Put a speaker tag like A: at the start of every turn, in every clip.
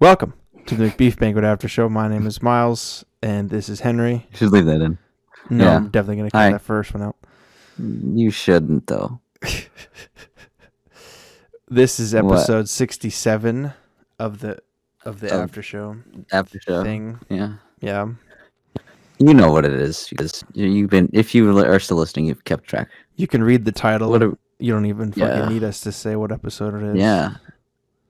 A: Welcome to the McBeef Banquet After Show. My name is Miles, and this is Henry.
B: You should leave that in.
A: No,
B: Yeah.
A: I'm definitely gonna cut
B: Hi.
A: that first one out.
B: You shouldn't though.
A: This is
B: What?
A: episode 67 of the of the
B: Of
A: after show
B: After show.
A: thing.
B: Yeah.
A: Yeah,
B: You know what it is because you- you've been. If you li- are still listening, you've kept track.
A: you can read the title.
B: What? A,
A: you don't even fucking
B: Yeah.
A: need us to say what episode it is.
B: yeah.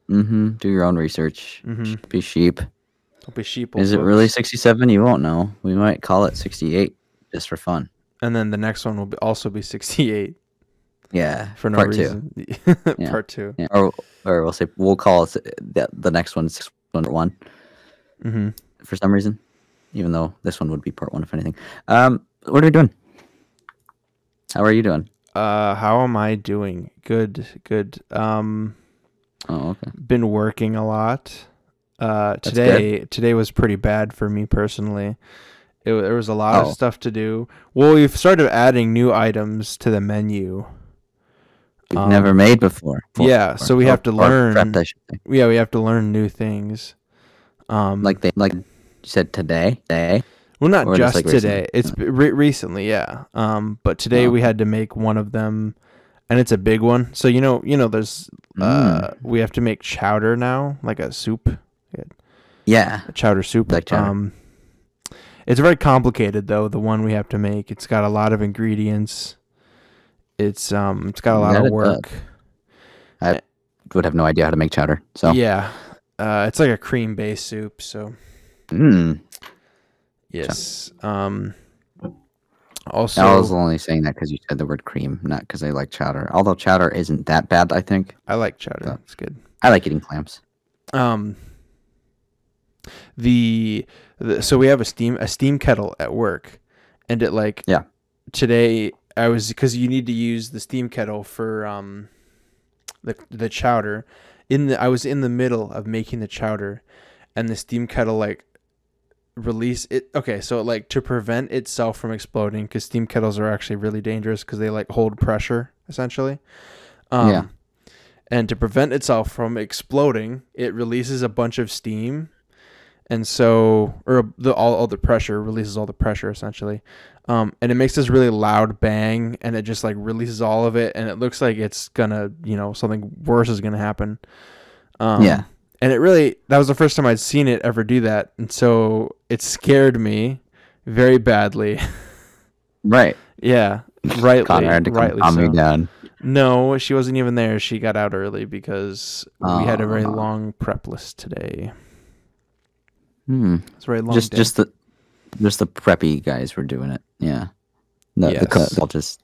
B: Mm-hmm. Do your own research.
A: Mhm.
B: Be sheep.
A: don't be sheeple.
B: Is it
A: folks.
B: really sixty-seven? You won't know. We might call it sixty-eight just for fun.
A: And then the next one will be, also be 68
B: Yeah.
A: for no
B: part two.
A: reason.
B: Yeah.
A: Part two.
B: Yeah, or or we'll say we'll call it the, the next one six one one
A: Mm-hmm.
B: for some reason, even though this one would be part one if anything. Um, what are we doing? How are you doing?
A: Uh, how am I doing? Good, good. Um,
B: Oh, okay.
A: been working a lot. Uh,
B: That's
A: today today was pretty bad for me personally. It, wa- there was a lot
B: Oh.
A: of stuff to do. Well, we've started adding new items to the menu.
B: We've
A: Um,
B: never made before. Before-
A: yeah, so we have to
B: or
A: learn-
B: prepped, I should say.
A: Yeah, we have to learn new things. Um,
B: Like they like you said today. Today.
A: Well, not
B: Or
A: just
B: just, like,
A: today.
B: recently?
A: It's b- re- recently, yeah. Um, but today
B: Oh,
A: we had to make one of them, and it's a big one. So you know, you know, there's uh,
B: Mm.
A: we have to make chowder now, like a soup,
B: Yeah.
A: a chowder soup.
B: Like chowder.
A: Um, it's very complicated though. The one we have to make, it's got a lot of ingredients. It's um, it's got a lot of
B: That it does.
A: work.
B: Would have no idea how to make chowder. So.
A: Yeah, uh, it's like a cream based soup. So
B: Mm.
A: yes. Um, also,
B: I was only saying that because you said the word cream, not because I like chowder. Although chowder isn't that bad, I think.
A: I like chowder.
B: Yeah.
A: It's good.
B: I like eating clams.
A: um the, the so we have a steam a steam kettle at work and it like
B: Yeah.
A: today i was because you need to use the steam kettle for um the the chowder in the i was in the middle of making the chowder and the steam kettle like release it okay so like to prevent itself from exploding because steam kettles are actually really dangerous because they like hold pressure essentially um
B: Yeah.
A: and to prevent itself from exploding it releases a bunch of steam and so or the all, all the pressure releases all the pressure essentially um and it makes this really loud bang and it just like releases all of it and it looks like it's gonna you know something worse is gonna happen um
B: yeah.
A: and it really that was the first time I'd seen it ever do that, and so it scared me very badly.
B: Right.
A: yeah, rightly,
B: Connor had to come
A: rightly
B: calm
A: so.
B: me down.
A: No, she wasn't even there. She got out early because we had a very
B: Aw.
A: long prep list today.
B: Hmm.
A: It's a very long.
B: just
A: day.
B: just the just the preppy guys were doing it. Yeah. The, the cut
A: Yes.
B: they'll just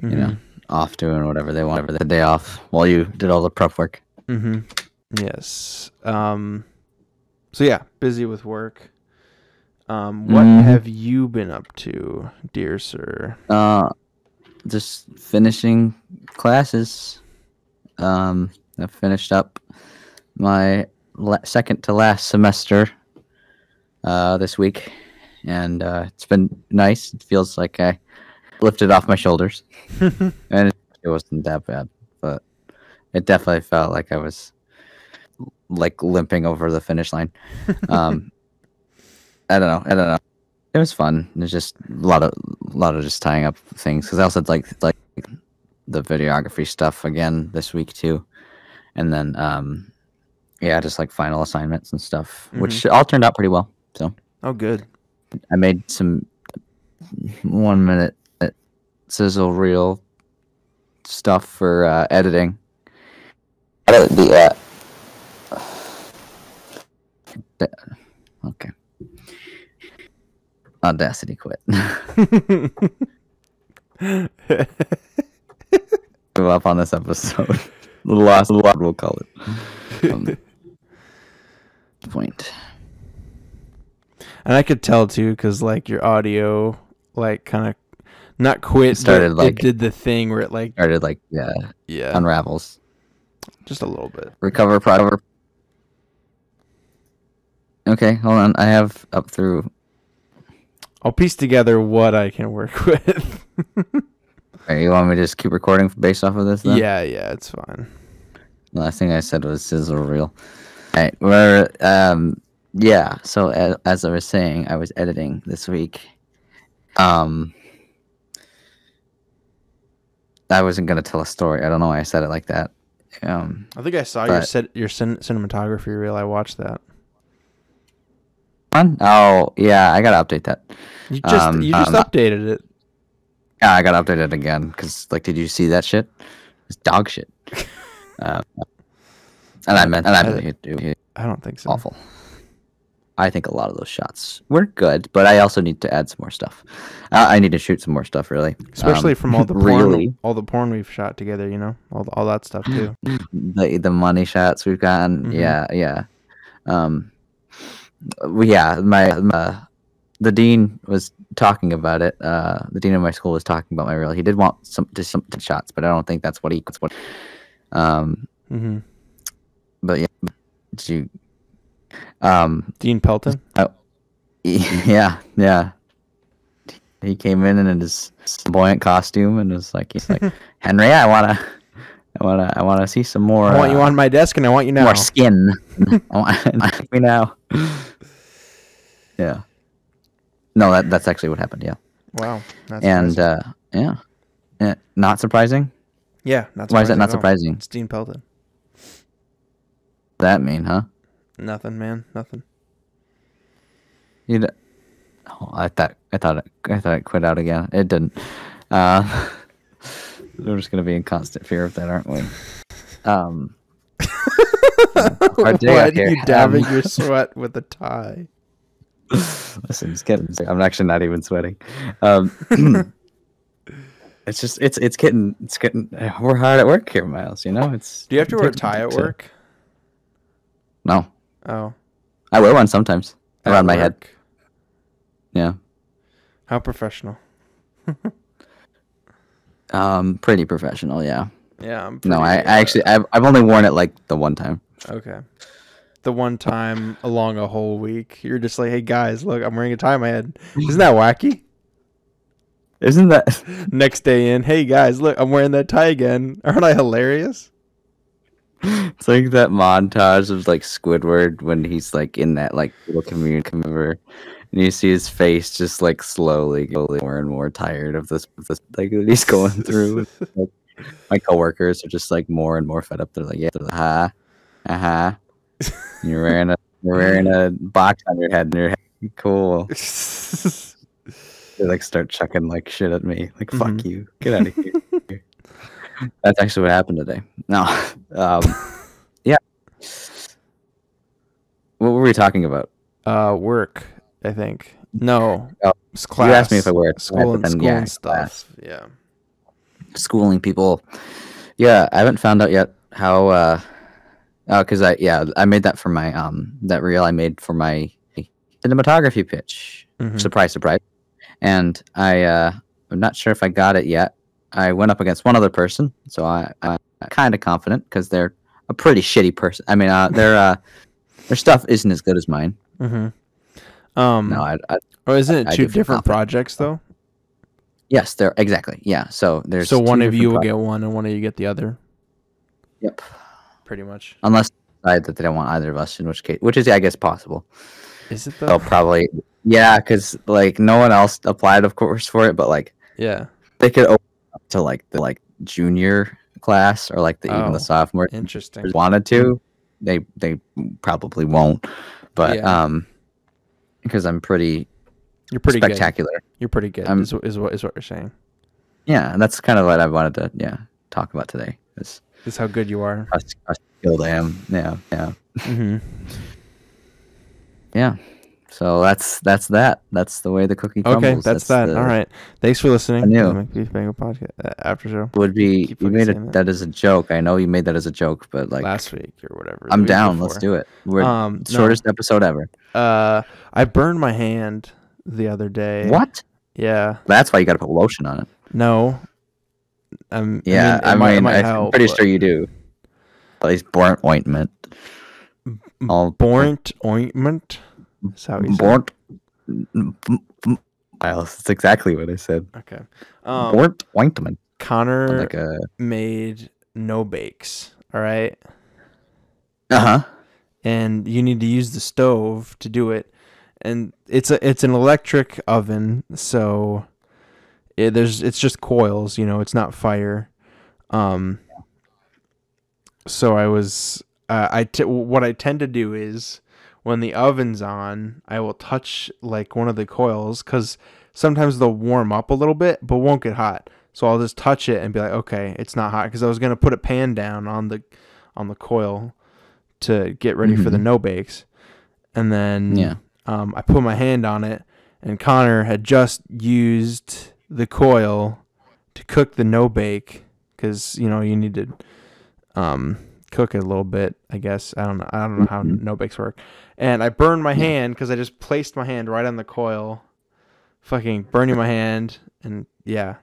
A: hmm
B: you know off doing whatever they want over the day off while you did all the prep work.
A: hmm Yes. Um. So yeah, busy with work. Um, what
B: Mhm.
A: have you been up to, dear sir?
B: Uh, just finishing classes. Um, I finished up my la- second to last semester. Uh, this week, and uh, it's been nice. It feels like I lifted off my shoulders. and it wasn't that bad, but it definitely felt like I was like limping over the finish line. Um, I don't know. I don't know. It was fun. It was just a lot of a lot of just tying up things because I also had, like like the videography stuff again this week too, and then um, yeah, just like final assignments and stuff, which all turned out pretty well. So
A: Oh, good.
B: I made some one minute uh, sizzle reel stuff for uh, editing. Edit the uh, okay. Audacity quit. Give up on this episode. the last lot we'll call it. Um, point.
A: And I could tell too, because like your audio, like kind of not quit, but
B: Started,
A: it
B: like-
A: did the thing where it like
B: Started like yeah,
A: yeah,
B: unravels.
A: just a little bit.
B: recover product. Okay, hold on. I have up through.
A: I'll piece together what I can work with.
B: Wait, you want me to just keep recording based off of this? Then?
A: yeah, yeah, it's fine.
B: The last thing I said was sizzle reel. right. Well, um, yeah. So a- as I was saying, I was editing this week. Um, I wasn't gonna tell a story. I don't know why I said it like that. Um,
A: I think I saw your
B: But-
A: set, your cin- cinematography reel. I watched that.
B: fun? Oh yeah, I gotta update that.
A: You just
B: Um,
A: you just
B: um,
A: updated it.
B: Yeah, I gotta update it again because like, did you see that shit? It's dog shit. um, and I meant, and I meant it, it,
A: I don't think so.
B: awful. I think a lot of those shots were good, but I also need to add some more stuff. Uh, I, I need to shoot some more stuff, really. Um,
A: Especially from all the porn,
B: really
A: all the porn we've shot together. You know, all all that stuff too.
B: the the money shots we've gotten.
A: Mhm.
B: Yeah, yeah. Um, well, yeah. My, my the dean was talking about it. Uh, the dean of my school was talking about my reel. He did want some just some shots, but I don't think that's what he. That's what. Um,
A: hmm
B: but yeah, did you? Um,
A: Dean Pelton.
B: Yeah, yeah. He came in in his flamboyant costume and was like, he's like, Henry, I wanna, I wanna, I wanna see some more,
A: I want you
B: uh,
A: on my desk, and I want you now.
B: more skin. Oh, I want me now. Yeah. No, that that's actually what happened. Yeah,
A: Wow. That's
B: and
A: surprising.
B: uh, yeah, yeah, not surprising.
A: yeah, not
B: Why is that
A: surprising
B: not
A: at all.
B: surprising?
A: It's Dean Pelton.
B: That mean, huh?
A: Nothing, man. Nothing.
B: You. d- Oh, I thought I thought it, I thought it quit out again. It didn't. Uh, we're just gonna be in constant fear of that, aren't we? Um, hard day
A: Why
B: out
A: are you
B: here.
A: dabbing
B: Um,
A: your sweat with a tie?
B: listen, it's getting. I'm actually not even sweating. Um, it's just it's it's getting it's getting. We're hard at work here, Miles. You know, it's.
A: Do you have to wear a
B: getting
A: tie at
B: to-
A: work?
B: No,
A: Oh,
B: I wear one sometimes
A: at
B: around my head.
A: work.
B: Yeah,
A: How professional.
B: um, pretty professional. Yeah.
A: Yeah, I'm
B: No,
A: pretty,
B: I, I
A: uh,
B: actually I've I've only worn it like the one time.
A: Okay. The one time along a whole week, you're just like, "Hey guys, look, I'm wearing a tie on my head." Isn't that wacky?
B: Isn't that?
A: Next day in, "Hey guys, look, I'm wearing that tie again." Aren't I hilarious?
B: It's like that montage of like Squidward when he's like in that like little commune commune, and you see his face just like slowly, slowly more and more tired of this, this like that he's going through. It's like, my coworkers are just like more and more fed up. They're like, yeah, they're like, uh huh, uh huh. You're wearing a you're wearing a box on your head, and your head, cool. They like start chucking like shit at me, like fuck
A: Mhm.
B: you, get out of here. That's actually what happened today. No, um, yeah. What were we talking about?
A: uh, work, I think. No.
B: Oh,
A: it's class.
B: You asked me if I wear a
A: school and, school
B: yeah,
A: and
B: class.
A: stuff. Yeah.
B: schooling people. Yeah, I haven't found out yet how. uh Oh, because I yeah I made that for my um that reel I made for my cinematography pitch.
A: Mhm.
B: surprise surprise and i uh i'm not sure if i got it yet i went up against one other person so i i'm kind of confident because they're a pretty shitty person i mean uh their uh their stuff isn't as good as mine
A: Mm-hmm. Um,
B: no I, I
A: or isn't it
B: I
A: two
B: do feel
A: different
B: confident.
A: projects though?
B: yes they're exactly yeah so there's
A: so
B: two
A: one of you
B: different
A: will get
B: pro-
A: one, and one of you get the other.
B: Yep.
A: Pretty much.
B: unless they decide that they don't want either of us in which case which is i guess possible
A: Is it though?
B: they'll probably yeah because like no one else applied of course for it but like
A: Yeah.
B: they could open up to like the like junior class or like the even
A: Oh.
B: the sophomore
A: Interesting.
B: wanted to, they they probably won't. But
A: Yeah.
B: um, because I'm pretty,
A: You're pretty good.
B: spectacular.
A: You're pretty good.
B: I'm-
A: Is, wh- is what is what you're saying?
B: Yeah, and that's kind of what I wanted to yeah talk about today. Is
A: Is how good you are.
B: how, s- how skilled I am. Yeah, yeah,
A: hmm
B: yeah. So that's that's that. That's the way the cookie crumbles.
A: Okay, that's, that.
B: the-
A: All right. Thanks for listening.
B: I knew.
A: to the McBeef Bagel podcast uh, after show
B: Would be
A: Keep
B: you
A: fucking
B: made
A: saying
B: it
A: that.
B: that as a joke. I know you made that as a joke, but like
A: last week or whatever.
B: I'm down. Let's do it. We're
A: Um, no.
B: shortest episode ever.
A: Uh, I burned my hand the other day.
B: What?
A: Yeah.
B: That's why you got to put lotion on it.
A: No. Um.
B: Yeah, I
A: it
B: mean,
A: might-
B: I
A: it might
B: am
A: help,
B: pretty
A: but-
B: sure you do. At least burnt ointment.
A: Mm,
B: All
A: Borant ointment. Is that what you said?
B: burnt. Miles, that's exactly what I said.
A: Okay. Um,
B: burnt ointment,
A: Connor
B: like a
A: made no bakes. All right.
B: uh huh.
A: and you need to use the stove to do it. And it's a it's an electric oven, so it, there's it's just coils, you know, it's not fire. Um, so I was uh, I t- what I tend to do is when the oven's on, I will touch like one of the coils because sometimes they'll warm up a little bit but won't get hot. So I'll just touch it and be like, okay, it's not hot because I was gonna put a pan down on the on the coil to get ready for the
B: Mhm.
A: no bakes, and then
B: Yeah.
A: um, I put my hand on it, and Connor had just used the coil to cook the no bake because you know you need to um, cook it a little bit. I guess I don't know. I don't know how
B: Mhm.
A: no bakes work. And I burned my
B: Yeah.
A: hand because I just placed my hand right on the coil, fucking burning my hand, and yeah.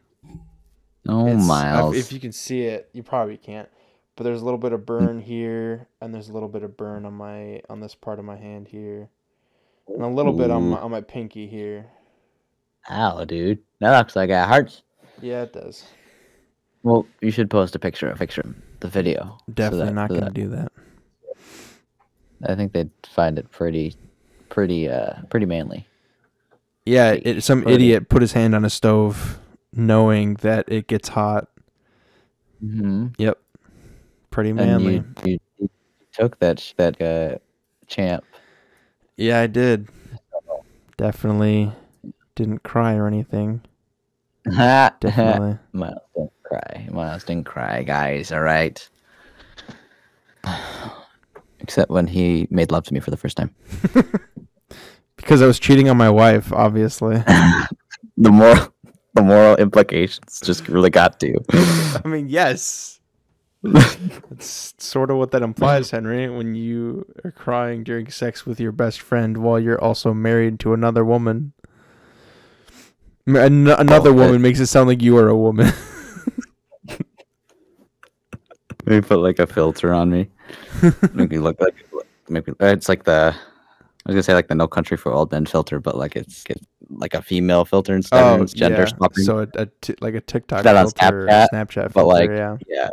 B: Oh,
A: It's- I-
B: Miles. Mm.
A: If you can see it, you probably can't. But there's a little bit of burn here, and there's a little bit of burn on my on this part of my hand here, and a little bit on
B: Ooh.
A: my on my pinky here.
B: Ow, dude. That looks like a heart.
A: Yeah, it does.
B: Well, you should post a picture, a picture, of the video. so
A: Definitely
B: that-
A: not
B: so
A: gonna
B: that-
A: do that.
B: I think they'd find it pretty, pretty, uh, pretty manly.
A: Yeah,
B: Like,
A: it, some
B: putting-
A: idiot put his hand on a stove, knowing that it gets hot.
B: Mm-hmm.
A: Yep, pretty
B: And
A: manly.
B: you, you, you took that sh- that uh, champ.
A: Yeah, I did. Definitely didn't cry or anything.
B: Miles
A: Definitely.
B: didn't cry. Miles didn't cry, guys. All right. Except when he made love to me for the first time.
A: because I was cheating on my wife, obviously.
B: The moral, the moral implications just really got to you.
A: I mean, yes. That's sort of what that implies, Henry, when you are crying during sex with your best friend while you're also married to another woman. M- an- Another
B: Oh, that-
A: woman makes it sound like you are a woman.
B: Maybe put like a filter on me. make me look like make me, uh, it's like the I was gonna say like the No Country for Old Men filter, but like it's, it's like a female filter instead. and it's Oh, gender swapping.
A: So a, a t- like a TikTok
B: That on
A: filter, or
B: Snapchat,
A: Snapchat filter,
B: but, like,
A: yeah.
B: yeah,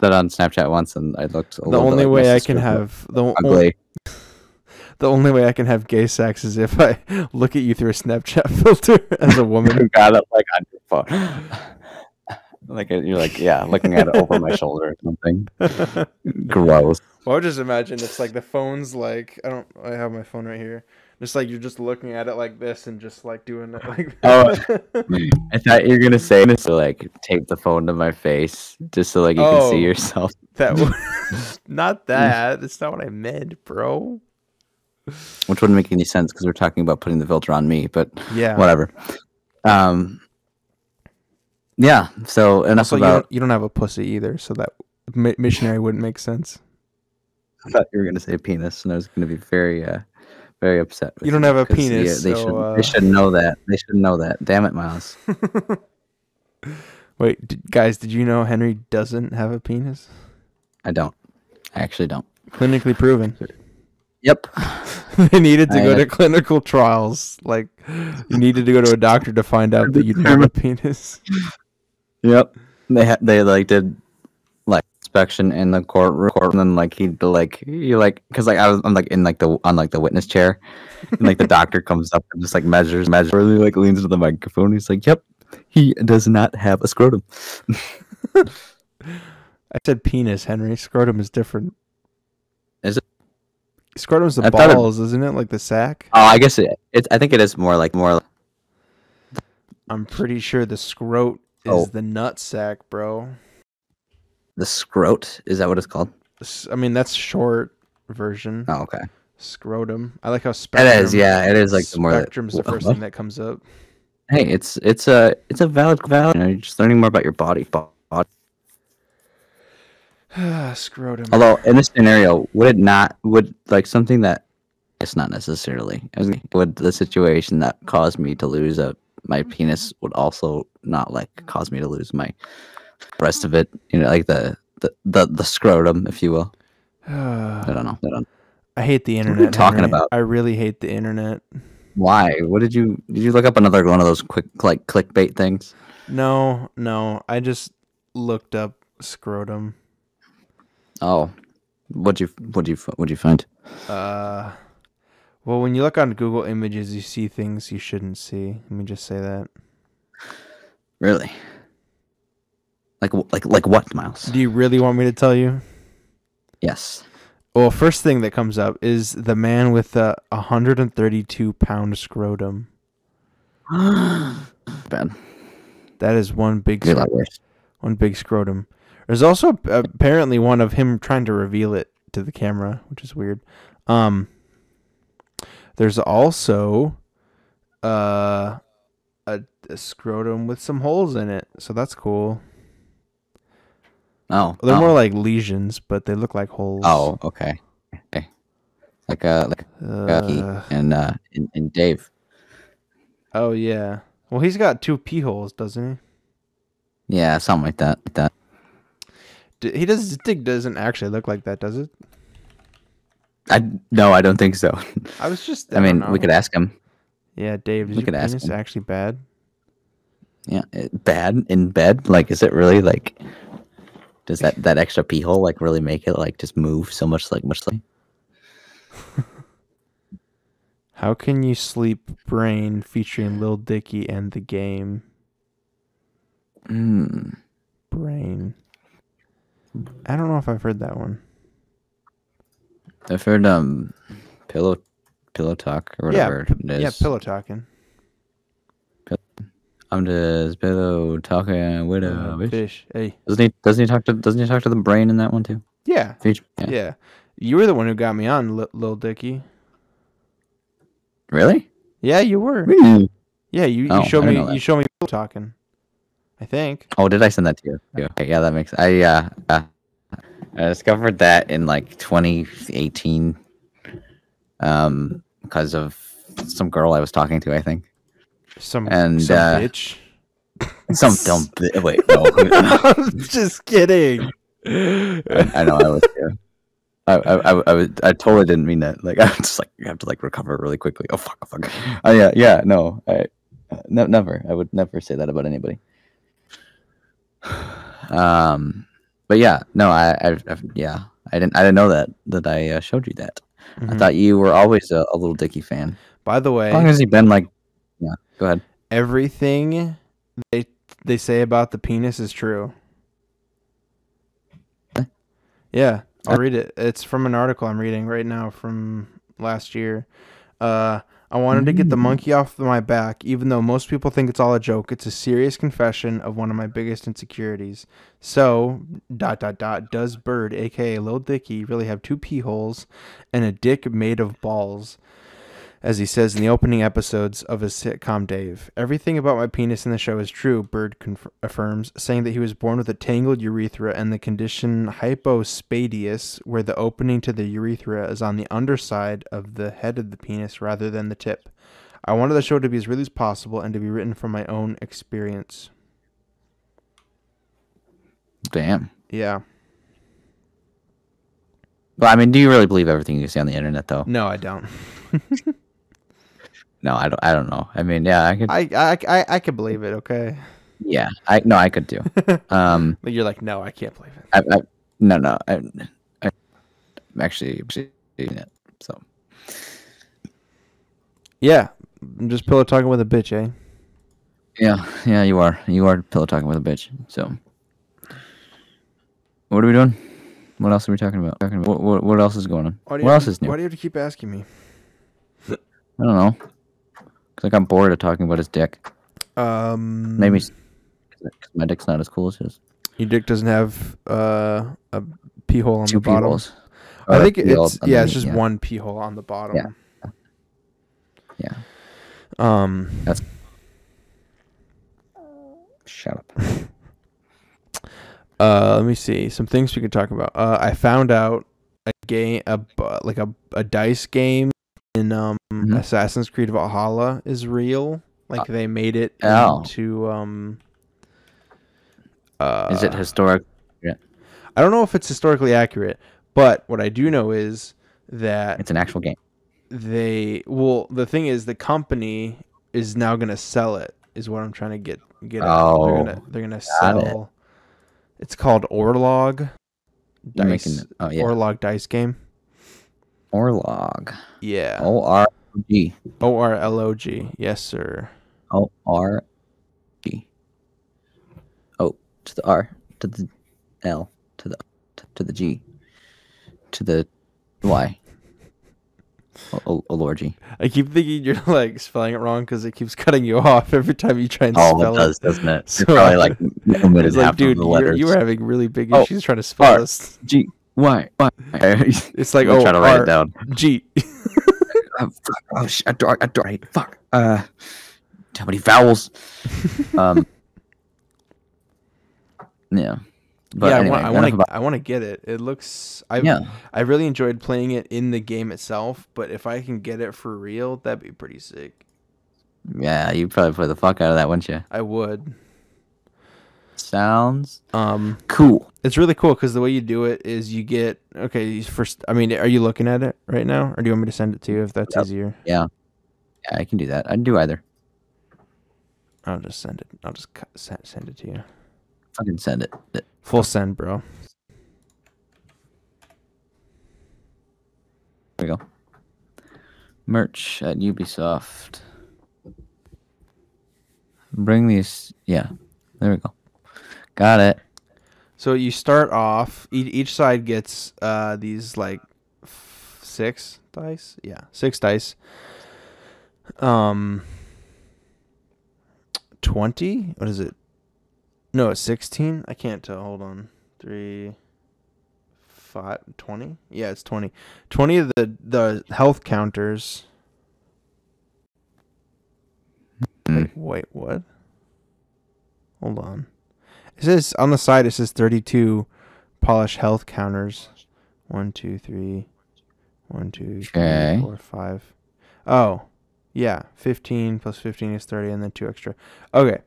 B: that on Snapchat once, and I looked. A
A: The
B: little bit
A: only
B: like my
A: way I
B: sister,
A: can
B: but
A: have the o-
B: ugly.
A: the only way I can have gay sex is if I look at you through a Snapchat filter as a woman.
B: You got it like on your phone. like you're like yeah, looking at it over my shoulder or something. Gross.
A: Well, I would just imagine it's like the phone's like I don't I have my phone right here. Just like you're just looking at it like this and just like doing it like
B: Oh.
A: that.
B: I thought you were gonna say this to like tape the phone to my face just so like you can
A: Oh.
B: see yourself.
A: that w- not that. That's not what I meant, bro.
B: which wouldn't make any sense because we're talking about putting the filter on me, but
A: Yeah.
B: whatever. Um, yeah. So enough
A: Also, you
B: about.
A: don't, you don't have a pussy either, so that mi- missionary wouldn't make sense.
B: I thought you were going to say penis, and I was going to be very, uh, very upset. With
A: You don't have a
B: 'cause,
A: penis,
B: they
A: so,
B: should.
A: uh,
B: They should know that. They should know that. Damn it, Miles.
A: Wait, did, guys, did you know Henry doesn't have a penis?
B: I don't. I actually don't.
A: Clinically proven.
B: Yep.
A: they needed to
B: I
A: go
B: had-
A: to clinical trials. Like you needed to go to a doctor to find out that you don't have a penis.
B: Yep. They had. They like did like inspection in the courtroom, courtroom and like he like he like because like I was I'm like in like the on like the witness chair, and like the doctor comes up and just like measures measures really like leans into the microphone. He's like, "Yep, he does not have a scrotum."
A: I said penis, Henry. Scrotum is different.
B: Is it?
A: Scrotum's the
B: I thought it-
A: balls, is isn't it? Like the sack.
B: Oh, I guess it, it's. I think it is more like more. Like,
A: I'm pretty sure the scrot is
B: Oh.
A: the nut sack, bro.
B: the scrot is that what it's called?
A: S- I mean, that's short version.
B: Oh, okay.
A: Scrotum. I like how
B: It
A: spectrum.
B: is. Yeah, it is like the more. that-
A: spectrum's the first
B: What?
A: thing that comes up.
B: Hey, it's it's a it's a valid valid. You know, you're just learning more about your body. bo- body.
A: scrotum.
B: Although in this scenario, would it not would like something that it's not necessarily I was thinking, would the situation that caused me to lose a my penis would also not like cause me to lose my rest of it, you know, like the the the, the scrotum, if you will. I don't know. I don't know.
A: I hate the
B: are we
A: internet.
B: talking
A: Henry.
B: about?
A: I really hate the internet.
B: Why? What did you did you look up another one of those quick like clickbait things?
A: No, no. I just looked up scrotum.
B: Oh. What'd you what'd you what'd you find?
A: Uh, well, when you look on Google Images, you see things you shouldn't see. Let me just say that.
B: Really? Like wh- like like what, Miles?
A: Do you really want me to tell you?
B: Yes.
A: Well, first thing that comes up is the man with the 132 pound scrotum.
B: Bad.
A: That is one big
B: Could be a lot
A: scro-
B: worse.
A: one big scrotum. There's also ap- apparently one of him trying to reveal it to the camera, which is weird. Um, there's also uh, a, a scrotum with some holes in it, so that's cool.
B: Oh.
A: They're
B: oh.
A: more like lesions, but they look like holes.
B: Oh, okay. Okay. Like uh like uh, he
A: Uh,
B: and uh and, and Dave.
A: oh yeah. Well, he's got two pee holes, doesn't
B: Yeah, something like that. Like that.
A: he? D- he does. His dick doesn't actually look like that, does it?
B: I no, I don't think so.
A: I was just.
B: I mean, we could ask him.
A: Yeah, Dave. Is
B: we
A: your
B: could ask
A: penis
B: him.
A: actually bad?
B: Yeah, it- bad in bed. Like, is it really like? Does that that extra pee hole like really make it like just move so much like much like?
A: How can you sleep? Brain featuring Lil Dicky and the game
B: Hmm.
A: Brain. I don't know if I've heard that one.
B: I've heard um, pillow, pillow talk or
A: Yeah,
B: whatever it is.
A: Yeah, pillow talking.
B: I'm just pillow talking with
A: Uh,
B: a bitch.
A: fish. Hey.
B: Doesn't he? Doesn't he talk to? Doesn't he talk to the brain in that one too?
A: Yeah,
B: Feature-
A: yeah. You were the one who got me on Lil, Lil Dicky.
B: Really?
A: Yeah, you were. Yeah, you, you
B: Oh,
A: show
B: I
A: me
B: didn't know that.
A: you show me pillow talking. I think.
B: Oh, did I send that to you? Yeah. Okay, yeah, that makes. I uh, uh, I discovered that in like 2018, um, because of some girl I was talking to, I think.
A: Some
B: And,
A: some
B: uh,
A: bitch.
B: Some dumb. bi- Wait, no, I,
A: I'm just kidding.
B: I know I was. Yeah. I, I, I, I, was, I totally didn't mean that. Like I was just like I have to like recover really quickly. Oh fuck, oh, fuck. Oh yeah, yeah. No, I uh, no, never. I would never say that about anybody. Um, but yeah, no, I, I, I yeah, I didn't, I didn't know that that I uh, showed you that. I
A: Mhm.
B: thought you were always a, a little Dicky fan.
A: By the way,
B: How long has he been like? Yeah, go ahead.
A: everything they they say about the penis is true. Yeah, I'll read it. It's from an article I'm reading right now from last year. Uh, I wanted to get the
B: Mm.
A: monkey off my back, even though most people think it's all a joke. It's a serious confession of one of my biggest insecurities. So, dot dot dot, does Bird, aka Lil Dicky, really have two pee holes and a dick made of balls? As he says in the opening episodes of his sitcom Dave, everything about my penis in the show is true, Bird conf- affirms, saying that he was born with a tangled urethra and the condition hypospadias, where the opening to the urethra is on the underside of the head of the penis rather than the tip. I wanted the show to be as real as possible and to be written from my own experience.
B: Damn.
A: Yeah.
B: Well, I mean, do you really believe everything you see on the internet, though?
A: No, I don't.
B: No, I don't. I don't know. I mean, yeah, I could.
A: I I I, I could believe it. Okay.
B: Yeah, I no, I could do. Um,
A: But you're like, no, I can't believe it.
B: I, I no, no, I, I I'm actually actually doing it. So
A: Yeah. I'm just pillow talking with a bitch, eh?
B: yeah, yeah, you are, you are pillow talking with a bitch. So what are we doing? What else are we talking about? Talking about what, what, what else is going on?
A: Why
B: What
A: do you
B: else
A: have-
B: is new?
A: Why do you have to keep asking me?
B: I don't know. Cause like I'm bored of talking about his dick.
A: Um,
B: Maybe s- 'cause my dick's not as cool as his.
A: your dick doesn't have uh, a pee hole on
B: Two Uh,
A: the bottom.
B: people's.
A: I think it's yeah, it's just one pee hole on the bottom.
B: Yeah. Yeah.
A: Um,
B: Shut up.
A: uh, let me see some things we could talk about. Uh, I found out a game, a bu- like a a dice game in um
B: Mhm.
A: Assassin's Creed Valhalla is real. Like they made it
B: Oh.
A: into um. Uh,
B: Is it historic?
A: I don't know if it's historically accurate, but what I do know is that
B: It's an actual game.
A: they well the thing is the company is now gonna sell it is what i'm trying to get get at.
B: Oh,
A: they're gonna they're gonna
B: got it.
A: sell it's called orlog
B: You're making
A: dice
B: it- oh yeah,
A: Orlog dice game.
B: Orlog.
A: Yeah.
B: O R G.
A: O R L O G. Yes, sir.
B: O R G. Oh, to the R, to the L, to the to the G, to the Y. Oh, O- O Olorgy.
A: I keep thinking you're like spelling it wrong because it keeps cutting you off every time you try and
B: Oh,
A: spell
B: it does, doesn't it?
A: So-
B: It's probably like
A: it.
B: omitted
A: It's
B: half
A: like, dude,
B: of the
A: you're,
B: letters.
A: you were having really big
B: Oh,
A: issues trying to spell
B: R.
A: this.
B: G Y Y.
A: It's like,
B: I'm
A: oh,
B: trying to write
A: R-
B: it down.
A: G.
B: Oh, fuck. Oh, sh- I draw. I draw. Fuck. Uh, how many vowels? um. Yeah. But
A: yeah,
B: anyway,
A: I
B: enough
A: want
B: about-
A: to. I want to get it. It looks. I
B: yeah.
A: I really enjoyed playing it in the game itself, but if I can get it for real, that'd be pretty sick.
B: Yeah, you probably play the fuck out of that, wouldn't you?
A: I would.
B: Sounds
A: Um,
B: cool.
A: it's really cool because the way you do it is you get okay. First, I mean, are you looking at it right now, or do you want me to send it to you if that's
B: Yep.
A: easier?
B: Yeah, I can do that. I'd do either.
A: I'll just send it. I'll just cut, send, send it to you.
B: Fucking send it. Th-
A: Full send, bro.
B: There we go. Merch at Ubisoft. Bring these. Yeah, there we go. Got it.
A: So you start off. Each, each side gets uh, these like f- six dice. Yeah, six dice. Um, twenty. What is it? No, it's sixteen. I can't tell. Hold on. Three, five, twenty. Yeah, it's twenty. Twenty of the the health counters.
B: Hmm.
A: Wait, what? Hold on. It says on the side it says 32 polish health counters. One, two, three. One, two, three,
B: Okay.
A: four, five. Oh. Yeah. Fifteen plus fifteen is thirty and then two extra. Okay.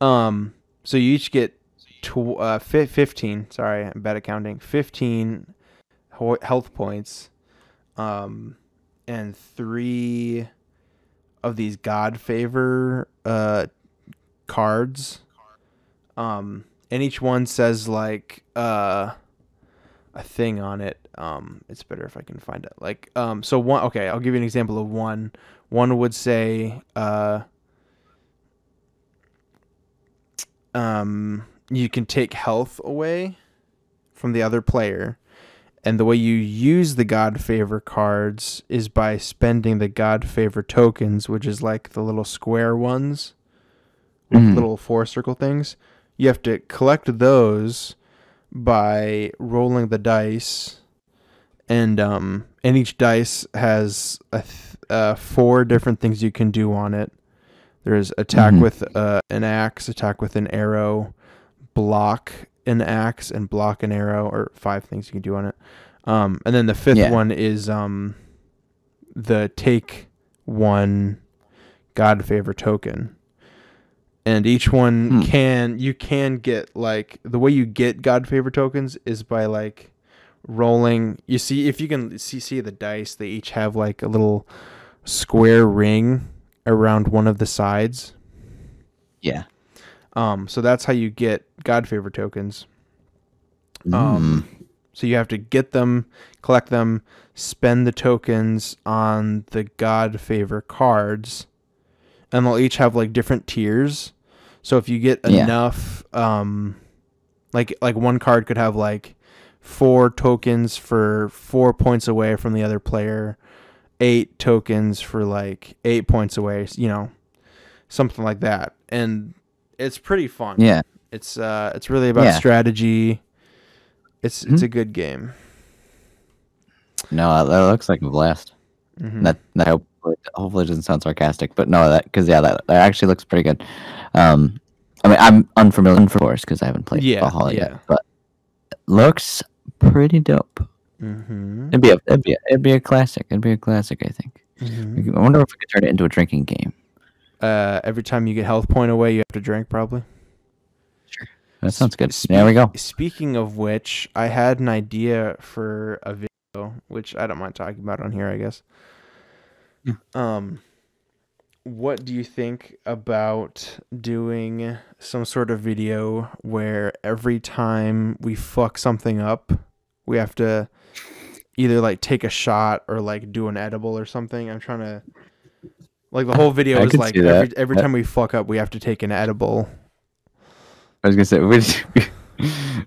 A: Um so you each get tw- uh, fi- fifteen, sorry, I'm bad at counting. Fifteen ho- health points. Um and three of these god favor uh cards um and each one says like uh a thing on it um it's better if i can find it like um so one okay i'll give you an example of one one would say uh um you can take health away from the other player and the way you use the god favor cards is by spending the god favor tokens which is like the little square ones with
B: Mhm.
A: little four circle things you have to collect those by rolling the dice and um and each dice has a th- uh, four different things you can do on it there's attack
B: Mhm.
A: with uh, an axe attack with an arrow block an axe and block an arrow or five things you can do on it um and then the fifth
B: Yeah.
A: one is um the take one god favor token and each one
B: Hmm.
A: can you can get like the way you get god favor tokens is by like rolling you see if you can see see the dice they each have like a little square ring around one of the sides
B: Yeah.
A: um so that's how you get god favor tokens Um,
B: Mm.
A: So you have to get them, collect them, spend the tokens on the God favor cards, and they'll each have like different tiers. So if you get
B: Yeah.
A: enough, um, like like one card could have like four tokens for four points away from the other player, eight tokens for like eight points away, you know, something like that. And it's pretty fun.
B: Mm, yeah.
A: It's uh, it's really about
B: Yeah.
A: strategy. It's it's
B: Mhm.
A: a good game.
B: No, that looks like a blast.
A: Mhm.
B: That that hopefully, hopefully doesn't sound sarcastic, but no, that because yeah, that, that actually looks pretty good. Um, I mean, I'm unfamiliar with course because I haven't played
A: Yeah,
B: Valhalla
A: yeah.
B: yet, but it looks pretty dope.
A: Mhm.
B: It'd be a it'd be a, it'd be a classic. It'd be a classic, I think.
A: Mhm.
B: I wonder if we could turn it into a drinking game.
A: Uh, every time you get health point away, you have to drink probably.
B: That sounds good.
A: Spe-
B: there we go.
A: Speaking of which, I had an idea for a video, which I don't mind talking about on here, I guess.
B: Yeah.
A: Um, what do you think about doing some sort of video where every time we fuck something up, we have to either like take a shot or like do an edible or something. I'm trying to like the whole video
B: I
A: is
B: could
A: like
B: see that.
A: every, every
B: Yeah.
A: time we fuck up, we have to take an edible.
B: I was gonna say we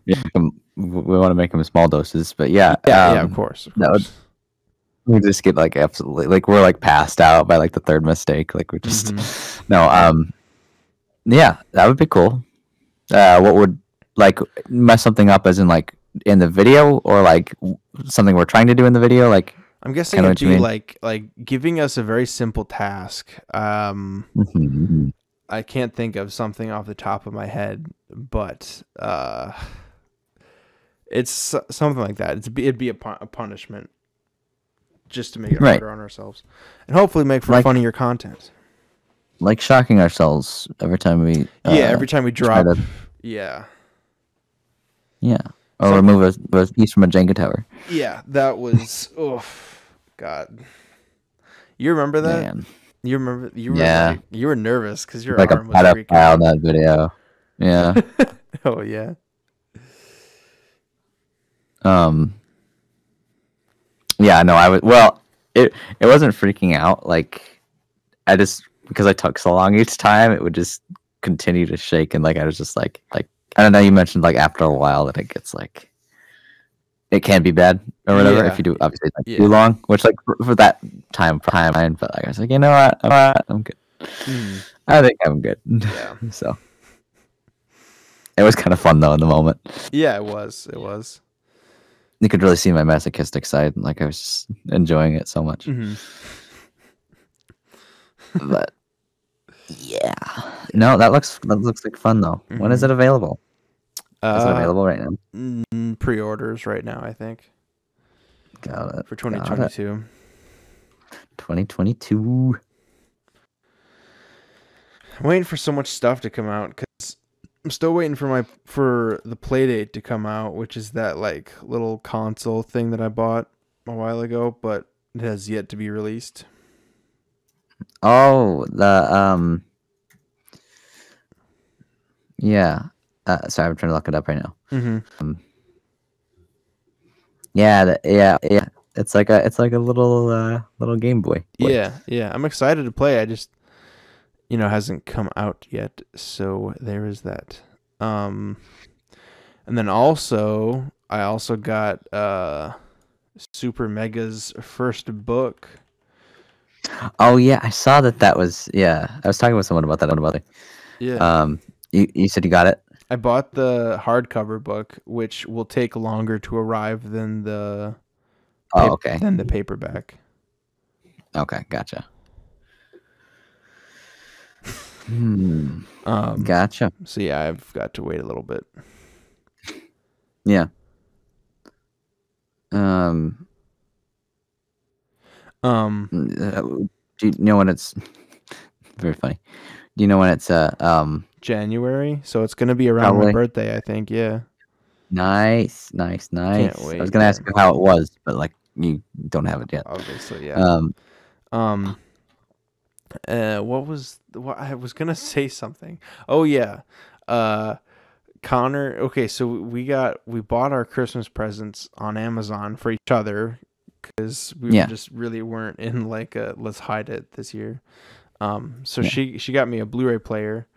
B: yeah, um, we want to make them small doses, but yeah,
A: Yeah, yeah,
B: um,
A: of course. Of
B: that would-
A: course.
B: we just get like absolutely like we're like passed out by like the third mistake. Like we just
A: Mm-hmm.
B: no. Um, yeah, that would be cool. Uh, what would like mess something up as in like in the video or like w- something we're trying to do in the video? Like
A: I'm guessing
B: Kinda
A: it'd
B: what you
A: be
B: mean.
A: like like giving us a very simple task. Um, I can't think of something off the top of my head, but uh, it's s- something like that. It's be, it'd be a, pu- a punishment just to make it
B: Right.
A: harder on ourselves, and hopefully make for
B: Like-
A: funnier content.
B: like shocking ourselves every time we uh,
A: yeah, every time we
B: try
A: drop.
B: to-
A: Yeah,
B: yeah or
A: So-
B: remove a, a piece from a Jenga tower.
A: yeah, that was oh god. You remember that?
B: Man.
A: You remember? You were
B: Yeah.
A: like, you were nervous because your
B: like a
A: arm was freaking
B: pedophile in that video. Yeah.
A: Oh yeah.
B: um. Yeah. No, I was. Well, it it wasn't freaking out. Like, I just because I took so long each time, it would just continue to shake, and like I was just like like I don't know. You mentioned like after a while that it gets like it can be bad or whatever
A: Yeah.
B: if you do obviously like,
A: Yeah.
B: too long, which like for, for that time timeline. But like I was like, you know what, I'm, alright, I'm good.
A: Hmm.
B: I think I'm good.
A: Yeah.
B: so it was kind of fun though in the moment.
A: Yeah, it was. It was.
B: you could really see my masochistic side. Like I was just enjoying it so much.
A: Mm-hmm.
B: but yeah, no, that looks that looks like fun though. When is it available? Is it
A: Mm-hmm. Uh,
B: available right now?
A: mm, pre-orders right now, I think,
B: Got it.
A: for 2022.
B: Twenty twenty two.
A: I'm waiting for so much stuff to come out because I'm still waiting for my for the Playdate to come out, which is that like little console thing that I bought a while ago, but it has yet to be released.
B: Oh, the um. Yeah. Uh, sorry, I'm trying to look it up right now.
A: Mm-hmm.
B: Yeah, the, yeah, yeah. It's like a, it's like a little, uh, little Game Boy. Boy.
A: Yeah, yeah. I'm excited to play. I just, you know, hasn't come out yet, so there is that. Um, and then also, I also got uh, Super Mega's first book.
B: Oh yeah, I saw that. That was yeah. I was talking with someone about that. About it.
A: Yeah,
B: Um, you, you said you got it.
A: I bought the hardcover book, which will take longer to arrive than the
B: Oh,
A: pap-
B: okay.
A: than the paperback.
B: Okay, gotcha. Hmm,
A: Um,
B: gotcha.
A: so yeah, I've got to wait a little bit.
B: Yeah. Um,
A: Um,
B: uh, do you know when it's very funny? Do you know when it's uh um
A: January, so it's gonna be around my
B: Probably.
A: birthday, I think. Yeah.
B: nice, nice, nice? I was
A: wait,
B: gonna ask
A: yeah.
B: you how it was, but like you don't have it yet.
A: Obviously, yeah.
B: Um,
A: Um, uh, what was what I was gonna say something? Oh yeah, uh, Connor. Okay, so we got we bought our Christmas presents on Amazon for each other because we
B: Yeah.
A: just really weren't in like a let's hide it this year. Um, so
B: Yeah.
A: she she got me a Blu-ray player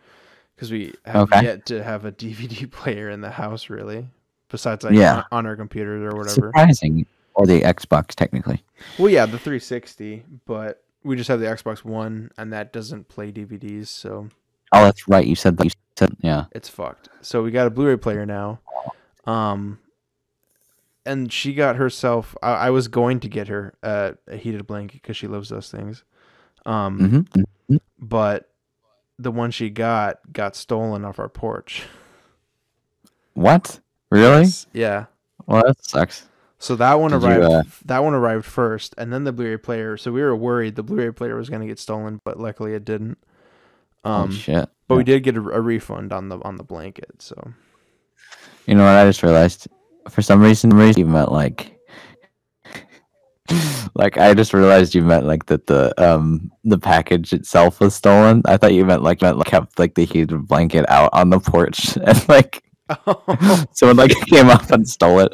A: because we have
B: Okay.
A: yet to have a DVD player in the house really. Besides, like
B: Yeah.
A: on, on our computers or whatever.
B: surprising, or the Xbox technically.
A: Well, yeah, the 360, but we just have the Xbox One, and that doesn't play DVDs, so
B: Oh, that's right. You said that. You said yeah.
A: it's fucked. So we got a Blu-ray player now. Um, and she got herself. I, I was going to get her uh, a heated blanket because she loves those things. Um,
B: hmm
A: but the one she got got stolen off our porch.
B: What? Really?
A: Yes, Yeah.
B: Well, that sucks.
A: So that one
B: Did you,
A: arrived.
B: uh,
A: That one arrived first, and then the Blu-ray player. So we were worried the Blu-ray player was going to get stolen, but luckily it didn't.
B: oh
A: Um,
B: shit.
A: But we did get a, a refund on the on the blanket. So
B: You know what? I just realized. For some reason, you meant like, like I just realized you meant like that the um the package itself was stolen. I thought you meant like meant like kept like the heated blanket out on the porch and like Someone like came up and stole it.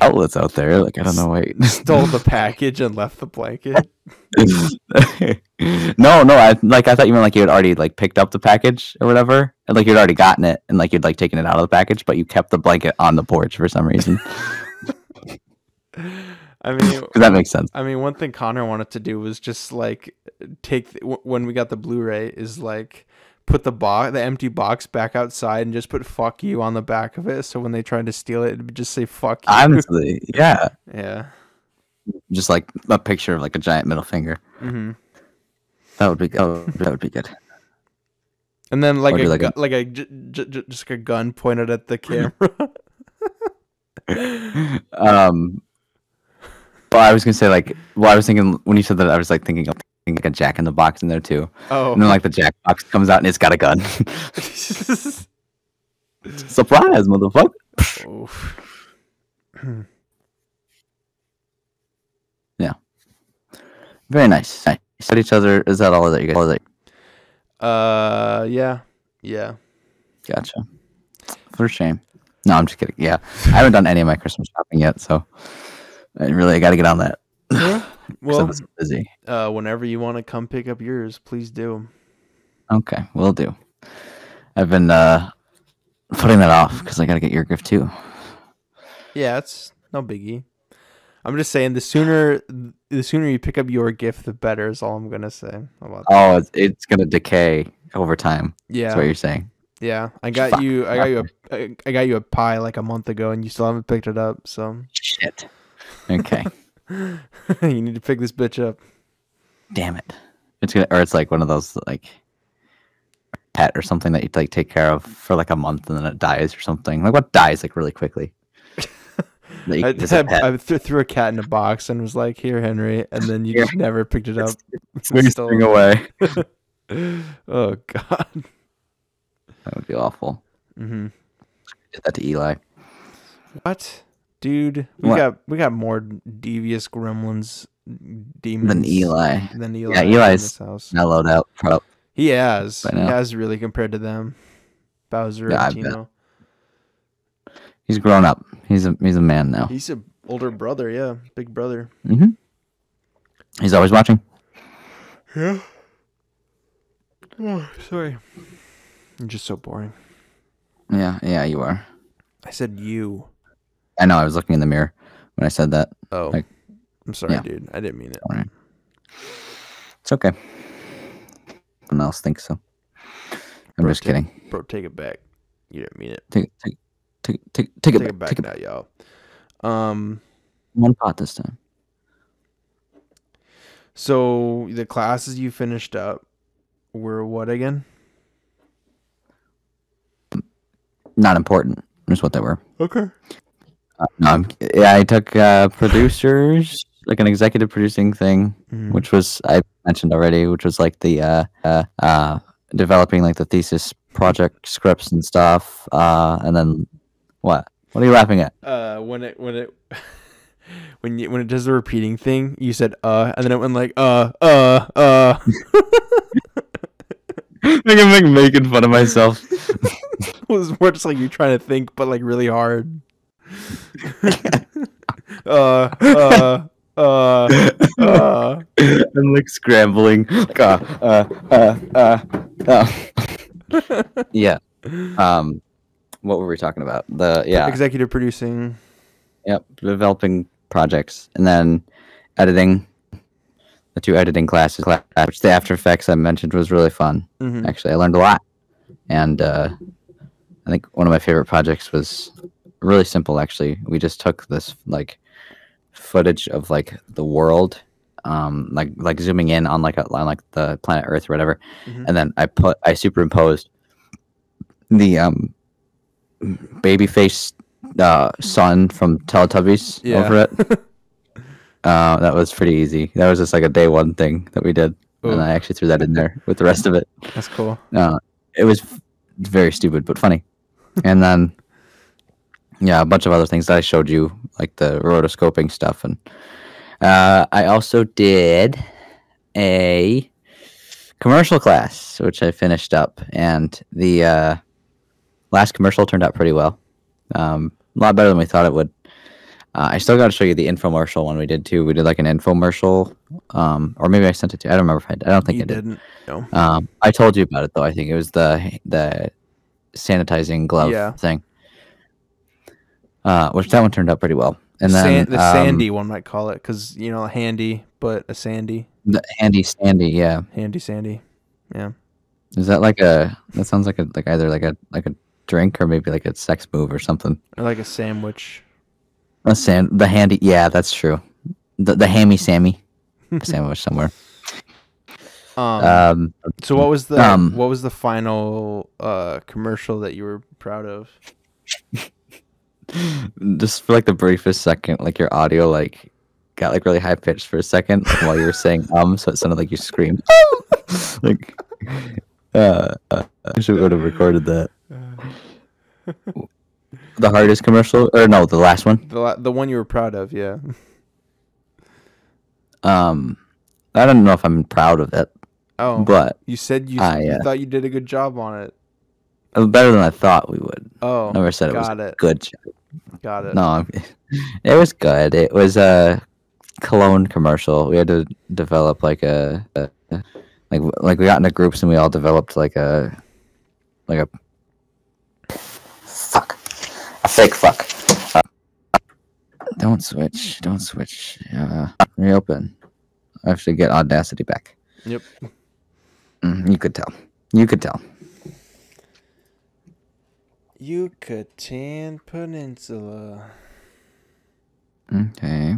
B: Outlets out there, like I don't know. Wait,
A: Stole the package and left the blanket.
B: no, no. I like I thought you meant like you had already like picked up the package or whatever, and like you'd already gotten it, and like you'd like taken it out of the package, but you kept the blanket on the porch for some reason.
A: I mean,
B: 'Cause that makes sense.
A: I mean, one thing Connor wanted to do was just like take w- when we got the Blu-ray is like put the box, the empty box, back outside and just put "fuck you" on the back of it. So when they tried to steal it, it would just say "fuck you."
B: Honestly, yeah,
A: yeah.
B: just like a picture of like a giant middle finger.
A: hmm
B: That would be oh, that would be good.
A: And then like
B: Or
A: a
B: do like
A: like
B: a-
A: a, like a j- j- j- just like a gun pointed at the camera.
B: Um, but I was gonna say like, well, I was thinking when you said that, I was like thinking of thinking, like a Jack in the Box in there too,
A: oh.
B: and then like the Jack box comes out and it's got a gun. Surprise, motherfucker!
A: Oof.
B: Very nice. nice. Said each other. Is that all that you guys? All that
A: Uh, yeah, yeah.
B: Gotcha. For shame. No, I'm just kidding. Yeah, I haven't done any of my Christmas shopping yet, so I really got to get on that. Well,
A: Well,
B: busy.
A: uh, whenever you want to come pick up yours, please do.
B: Okay, we'll do. I've been uh, putting that off because I got to get your gift too.
A: Yeah, it's no biggie. I'm just saying, the sooner the sooner you pick up your gift, the better. Is all I'm gonna say about. That.
B: Oh, it's, it's gonna decay over time. That's what
A: Yeah,
B: you're saying.
A: yeah. I got
B: Fuck,
A: you. I got you. A, I- I got you a pie like a month ago, and you still haven't picked it up. So
B: Shit. Okay.
A: you need to pick this bitch up.
B: Damn it. It's gonna, or it's like one of those like pet or something that you like take care of for like a month and then it dies or something. Like what dies like really quickly. That you
A: I,
B: can just pet.
A: I, I th- threw a cat in a box and was like, "Here, Henry," and then you
B: Here.
A: just never picked it up.
B: It's wasting away.
A: oh God.
B: That would be awful.
A: hmm
B: Did that to Eli.
A: What, dude? We
B: What?
A: got we got more devious gremlins, demons
B: Then Eli.
A: Than Eli.
B: Yeah,
A: in
B: Eli's
A: this house.
B: Now load out. Pro.
A: He has.
B: By
A: He
B: now.
A: has really compared to them. Bowser
B: Yeah, I
A: and
B: bet.
A: Tino.
B: He's grown up. He's a he's a man now.
A: He's a older brother, yeah. Big brother.
B: hmm He's always watching.
A: Yeah. Oh, sorry. I'm just so boring.
B: Yeah, yeah, you are.
A: I said you.
B: I know. I was looking in the mirror when I said that.
A: Oh.
B: Like-
A: I'm sorry,
B: yeah.
A: dude. I didn't mean it.
B: Alright. It's okay. No one else thinks so. I'm just
A: Rotate.
B: kidding.
A: Bro, take it back. You didn't mean it.
B: Take take take take take
A: Take
B: it back.
A: it back
B: Take it back.
A: now, y'all. Um
B: One pot this time.
A: so the classes you finished up were what again?
B: Not important. Just what they were.
A: Okay.
B: Uh, no, I'm, yeah, I took uh, producers, like an executive producing thing, which was I mentioned already, which was like the uh, uh, uh, developing like the thesis project scripts and stuff. Uh, and then what? What are you laughing at?
A: uh when it when it when you when it does the repeating thing you said uh and then it went like uh uh uh
B: I think I'm like making fun of myself.
A: it was more just like you trying to think but like really hard uh uh uh uh
B: I'm like scrambling. Like, uh, uh, uh, uh, uh. yeah. Um, what were we talking about? The yeah,
A: executive producing
B: yep, developing projects and then editing. The two editing classes, cla- which the After Effects I mentioned was really fun.
A: Mhm.
B: Actually, I learned a lot, and uh, I think one of my favorite projects was really simple. Actually, we just took this like footage of like the world, um, like like zooming in on like a, on like the planet Earth or whatever,
A: Mhm.
B: and then I put I superimposed the um baby face uh, sun from Teletubbies
A: Yeah.
B: over it. uh, that was pretty easy. That was just like a day one thing that we did,
A: Ooh.
B: and I actually threw that in there with the rest of it.
A: that's cool
B: Uh, it was f- very stupid but funny, and then yeah, a bunch of other things that I showed you, like the rotoscoping stuff, and uh, I also did a commercial class, which I finished up, and the uh, last commercial turned out pretty well. Um, a lot better than we thought it would. Uh, I still got to show you the infomercial one we did too. We did like an infomercial, um, or maybe I sent it to you. I don't remember. If I, did. I don't think
A: you
B: I did.
A: didn't. No.
B: Um, I told you about it though. I think it was the the sanitizing glove
A: Yeah.
B: thing, uh, which that one turned out pretty well. And then
A: San- the
B: um,
A: sandy one might call it because you know handy, but a sandy,
B: the handy sandy, yeah.
A: handy sandy. Yeah.
B: Is that like a? That sounds like a like either like a like a drink or maybe like a sex move or something.
A: Or like a sandwich.
B: A sand, the handy, yeah, that's true. The the hammy sammy sandwich somewhere.
A: Um,
B: Um,
A: so what was the
B: um,
A: what was the final uh commercial that you were proud of?
B: just for like the briefest second, like your audio like got like really high pitched for a second like, while you were saying um, so it sounded like you screamed. like, uh, uh, I should would have recorded that. The hardest commercial, or no, the last one.
A: The la- the one you were proud of, yeah.
B: Um, I don't know if I'm proud of it,
A: Oh,
B: but
A: you said you,
B: I,
A: you
B: uh,
A: thought you did a good job on it.
B: it was uh, better than I thought we would.
A: Oh,
B: Never said it was
A: got it,
B: good.
A: got it.
B: No, I'm- it was good. It was a cologne commercial. We had to develop like a, a like like we got into groups and we all developed like a like a fuck a fake fuck. Uh, don't switch. Don't switch. Uh, reopen. I have to get Audacity back.
A: Yep.
B: Mm, you could tell. You could tell.
A: Yucatan Peninsula.
B: Okay.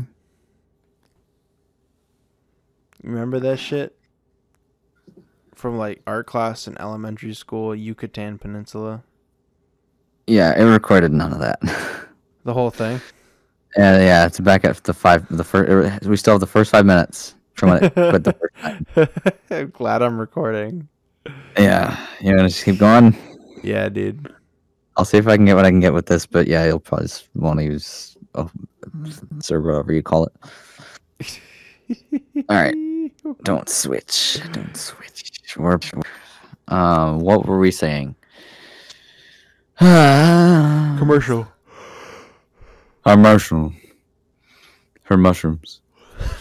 A: Remember that shit from like art class in elementary school, Yucatan Peninsula,
B: Yeah, it recorded none of that.
A: the whole thing.
B: Yeah, yeah, it's back at the five. The first, we still have the first five minutes from when it. but the first time.
A: I'm glad I'm recording.
B: yeah, you want to just keep going?
A: Yeah, dude.
B: I'll see if I can get what I can get with this. But yeah, you'll probably want to use oh, server, whatever you call it. All right, don't switch. Don't switch. We're, um, what were we saying? Commercial.
A: Commercial.
B: Her mushroom. Her mushrooms.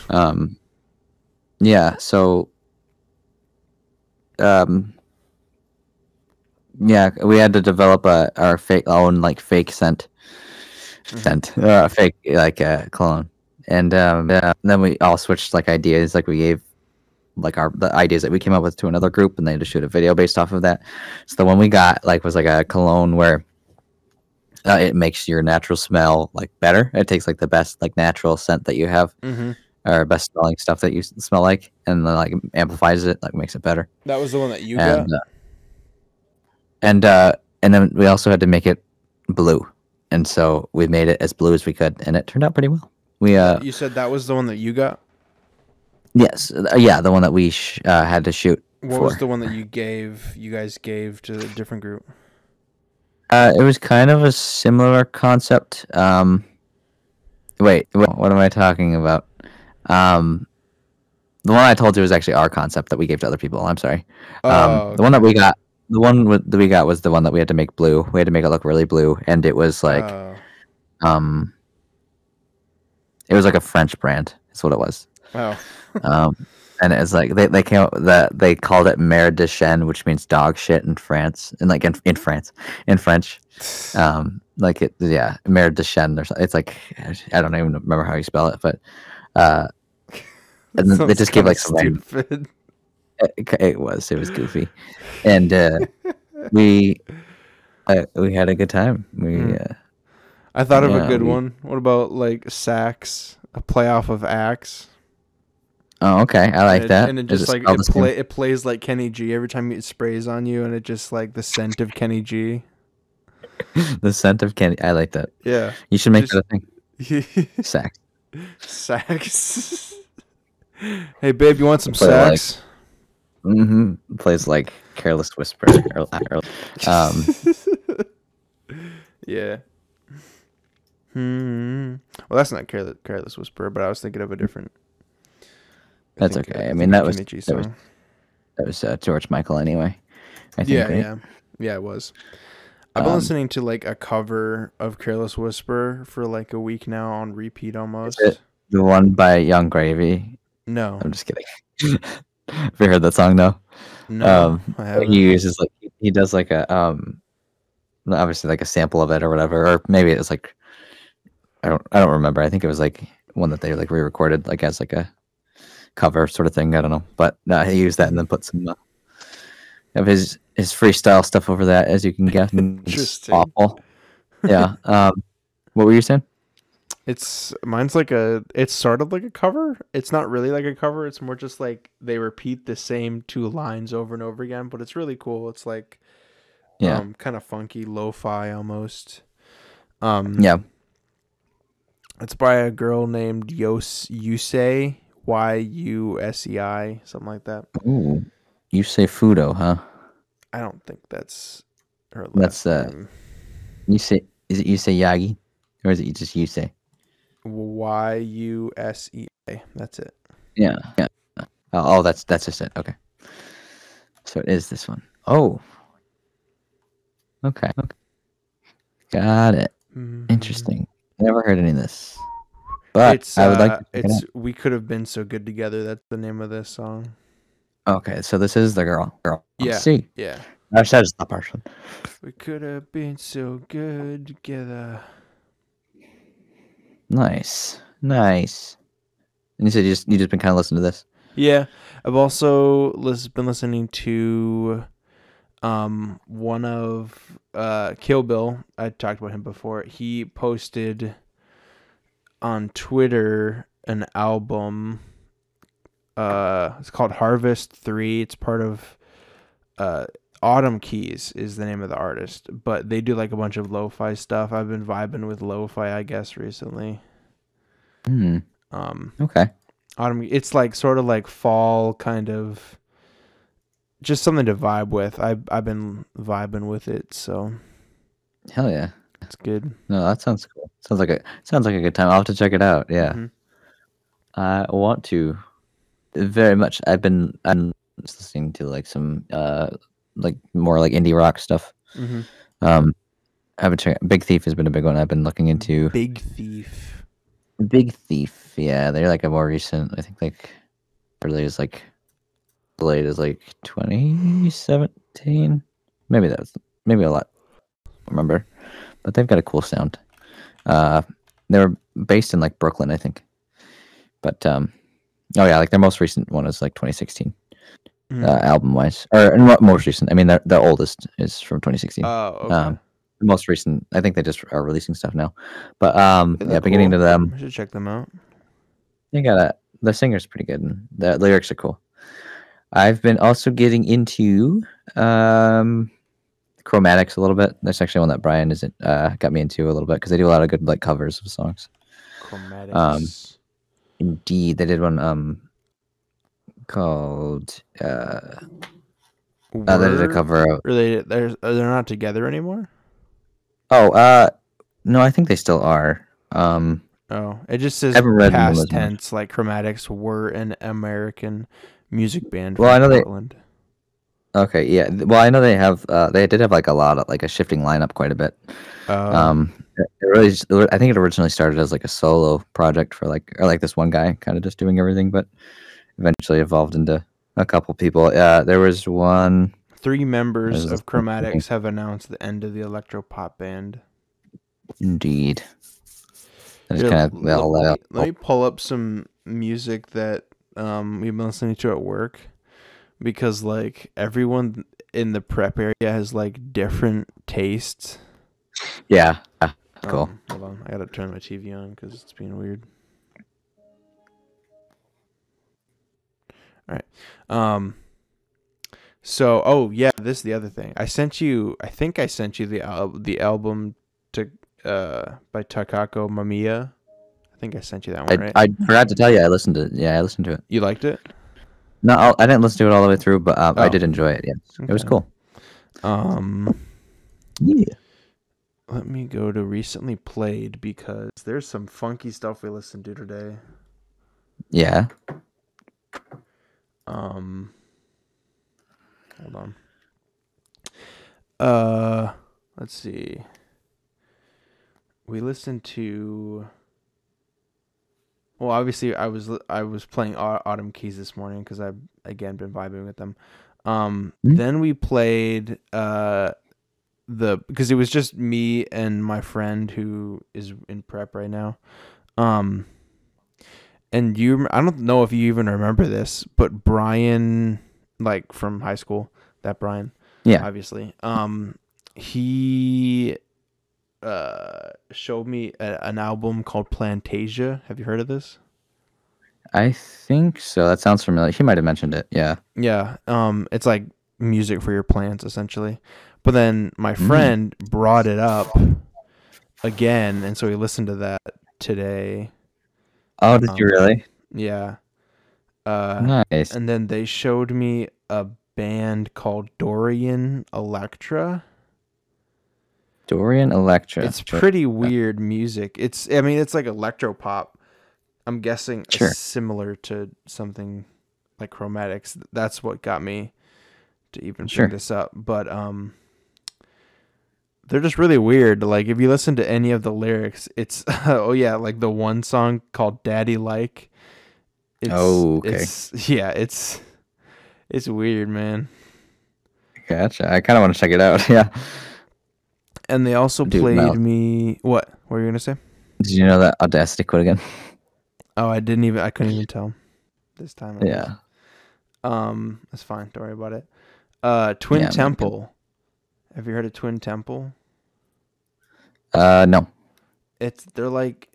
B: Um. Yeah. So. Um. Yeah, we had to develop a our fake own like fake scent,
A: Mhm.
B: scent, uh, fake like uh, clone, and um, yeah, then we all switched like ideas. Like we gave like our the ideas that we came up with to another group, and they had to shoot a video based off of that. So the one we got like was like a cologne where uh, it makes your natural smell like better. It takes like the best like natural scent that you have
A: Mm-hmm.
B: or best smelling stuff that you s- smell like, and then like amplifies it, like makes it better.
A: That was the one that you
B: And uh, and uh, and then we also had to make it blue, and so we made it as blue as we could, and it turned out pretty well. We uh
A: You said that was the one that you got.
B: yes uh, yeah the one that we sh- uh, had to shoot.
A: What was
B: Four.
A: the one that you gave? You guys gave to a different group.
B: Uh, it was kind of a similar concept. Um, wait, wh- what am I talking about? Um, the one I told you was actually our concept that we gave to other people. I'm sorry. Um,
A: Oh,
B: the one that we got, the one wi- that we got was the one that we had to make blue. We had to make it look really blue, and it was like,
A: Oh.
B: um, it was like a French brand. Is what it was.
A: Oh.
B: Um, and it was like they, they came up that they called it Mare de Chien, which means dog shit in France, and like in, in France, in French um like it yeah Mare de Chen or something it's like i don't even remember how you spell it but uh and then they
A: Sounds
B: just gave
A: kinda
B: like some random-
A: stupid.
B: it, it was it was goofy and uh we uh, we had a good time we
A: Mm.
B: uh,
A: I thought of a
B: Yeah,
A: good
B: we-
A: one. What about like sax, a playoff of axe?
B: oh okay i like
A: and it,
B: that
A: And it
B: Is
A: just like
B: spelled
A: it
B: the same?
A: play it plays like Kenny G every time it sprays on you, and it just like the scent of Kenny G.
B: the scent of candy i like that
A: Yeah,
B: you should make
A: Just-
B: that a thing sax
A: sax. hey babe, you want some
B: Play like-
A: sax?
B: mm-hmm. plays like careless whisper or, or, um
A: yeah. Hmm. Well, that's not careless, careless whisper, but I was thinking of a different.
B: That's
A: think-
B: okay. I
A: think
B: mean,
A: of
B: that was-
A: Kenny G
B: that was-
A: song.
B: that was uh, george michael anyway i think
A: yeah,
B: right?
A: yeah, yeah. It was. I've been
B: Um,
A: listening to like a cover of Careless Whisper for like a week now on repeat almost.
B: it? Um, The one by Young Gravy.
A: No,
B: I'm just kidding. Have you heard that song though?
A: no,
B: um,
A: I haven't.
B: He uses like he does like a um, obviously like a sample of it or whatever, or maybe it was like I don't I don't remember. I think it was like one that they like re-recorded like as like a cover sort of thing. I don't know, but no, he used that and then put some uh, of his his freestyle stuff over that, as you can guess. and it's
A: Interesting.
B: Awful. Yeah. Um, what were you saying?
A: It's mine's like a. It's sort of like a cover. It's not really like a cover. It's more just like they repeat the same two lines over and over again. But it's really cool. It's like
B: Yeah.
A: um, kind of funky, lo-fi almost. Um,
B: yeah.
A: It's by a girl named Yos Yusei Y U S E I something like that.
B: Ooh, you say Fudo, huh?
A: I don't think that's her last
B: That's, uh,
A: name.
B: You say is it you say Yagi, or is it just you say?
A: Y U S E A. That's it.
B: Yeah. Yeah. Oh, oh, that's that's just it. Okay. So it is this one. Oh. Okay. okay. Got it.
A: Mhm.
B: Interesting. Never heard any of this. But
A: It's
B: I would
A: uh,
B: like to check it
A: it's we could have been so good together. That's the name of this song.
B: out. Okay, so this is the girl. Girl.
A: Yeah.
B: See.
A: Yeah.
B: I said it's not partial.
A: We could have been so good together.
B: Nice. Nice. And you said you just you just been kinda listening to this.
A: Yeah, I've also lis- been listening to um one of uh Kill Bill. I talked about him before. He posted on Twitter an album. Uh, it's called Harvest Three. It's part of uh Autumn Keys is the name of the artist, but they do like a bunch of lo-fi stuff. I've been vibing with lo-fi, I guess, recently.
B: Hmm.
A: Um,
B: Okay.
A: autumn it's like sort of like fall kind of just something to vibe with i i've been vibing with it so
B: Hell yeah.
A: it's good
B: No, that sounds cool. Sounds like a sounds like a good time. I'll have to check it out. Yeah,
A: Mhm.
B: I want to very much. I've been I'm just listening to like some uh like more like indie rock stuff.
A: hmm
B: Um, I've been checking. Big Thief has been a big one. I've been looking into
A: big thief
B: Big Thief. Yeah, they're like a more recent. I think like early is like late is like 2017. Maybe that was maybe a lot. I don't remember, but they've got a cool sound. Uh, they were based in like Brooklyn, I think. But um, oh yeah, like their most recent one is like 2016,
A: Mhm.
B: uh, album wise, or and what most recent. I mean, the the oldest is from 2016
A: oh okay.
B: um, the most recent. I think they just are releasing stuff now, but um,
A: They
B: yeah,
A: look
B: beginning
A: cool.
B: to them,
A: i should check them out
B: they got a uh, the singer's pretty good. And the lyrics are cool. I've been also getting into um, chromatics a little bit. That's actually one that Brian is uh, got me into a little bit because they do a lot of good like covers of songs.
A: chromatics
B: Um, Indeed, they did one um called uh,
A: um,
B: uh they did a cover of
A: are they they're, are they not together anymore
B: oh uh no I think they still are um
A: oh it just says
B: haven't read them
A: past
B: as much.
A: tense like chromatics were an american music band
B: Well, I
A: from
B: know they-
A: Portland.
B: Okay, yeah. th- Well, I know they have. Uh, they did have like a lot of like a shifting lineup quite a bit.
A: Oh,
B: Um, it it really, just- it- I think it originally started as like a solo project for like or like this one guy kind of just doing everything, but eventually evolved into a couple people. Uh, there was one.
A: Three members of
B: There's a funny
A: Chromatics have announced the end of the electropop band.
B: Indeed. That is
A: Here,
B: kind of
A: l-
B: well,
A: let,
B: uh,
A: me, let me pull up some music that um, we've been listening to at work because like everyone in the prep area has like different tastes.
B: yeah. yeah, Cool.
A: Um, hold on, I gotta turn my TV on because it's being weird. All right. Um. So, oh yeah, this is the other thing. I sent you. I think I sent you the al- the album to uh by Takako Mamiya. I think I sent you that one,
B: I,
A: right?
B: I forgot to tell you. I listened to. Yeah, I listened to it.
A: you liked it.
B: No, I'll, I didn't listen to it all the way through, but um, I
A: Oh.
B: did enjoy it. Yeah, it was
A: Okay.
B: cool.
A: Um.
B: Yeah.
A: Let me go to recently played because there's some funky stuff we listened to today.
B: Yeah.
A: Um, hold on. Uh, Let's see. We listened to. Well, obviously, I was li- I was playing Au- Autumn Keys this morning because I've again been vibing with them. Um,
B: Mhm.
A: Then we played uh, the because it was just me and my friend who is in prep right now. Um, and you, rem- I don't know if you even remember this, but Brian, like from high school, that Brian,
B: Yeah.
A: obviously, um, he uh showed me a, an album called Plantasia. Have you heard of this?
B: I think so. That sounds familiar. He might have mentioned it. Yeah.
A: Yeah. Um, it's like music for your plants essentially. But then my
B: Mm.
A: friend brought it up again, and so we listened to that today.
B: Oh, did you
A: Um,
B: really?
A: Yeah. Uh,
B: nice.
A: and then they showed me a band called Dorian Electra.
B: Dorian Electra.
A: It's
B: But-
A: pretty weird music. It's I mean it's like electro pop. I'm guessing
B: Sure.
A: similar to something like Chromatics. That's what got me to even
B: Sure.
A: bring this up. But um they're just really weird. Like if you listen to any of the lyrics, it's oh yeah, like the one song called Daddy Like. It's,
B: Oh, okay.
A: It's, yeah, it's it's weird, man.
B: Gotcha. I kind of want to check it out. Yeah.
A: And they also
B: Dude,
A: played
B: Mal-
A: me what? What were you gonna say?
B: Did you know that Audacity quit again?
A: Oh, I didn't even. I couldn't even tell. This time. I was-
B: Yeah.
A: Um, that's fine. Don't worry about it. Uh, Twin
B: Yeah, I'm not good.
A: Temple. Have you heard of Twin Temple?
B: Uh, no.
A: It's they're like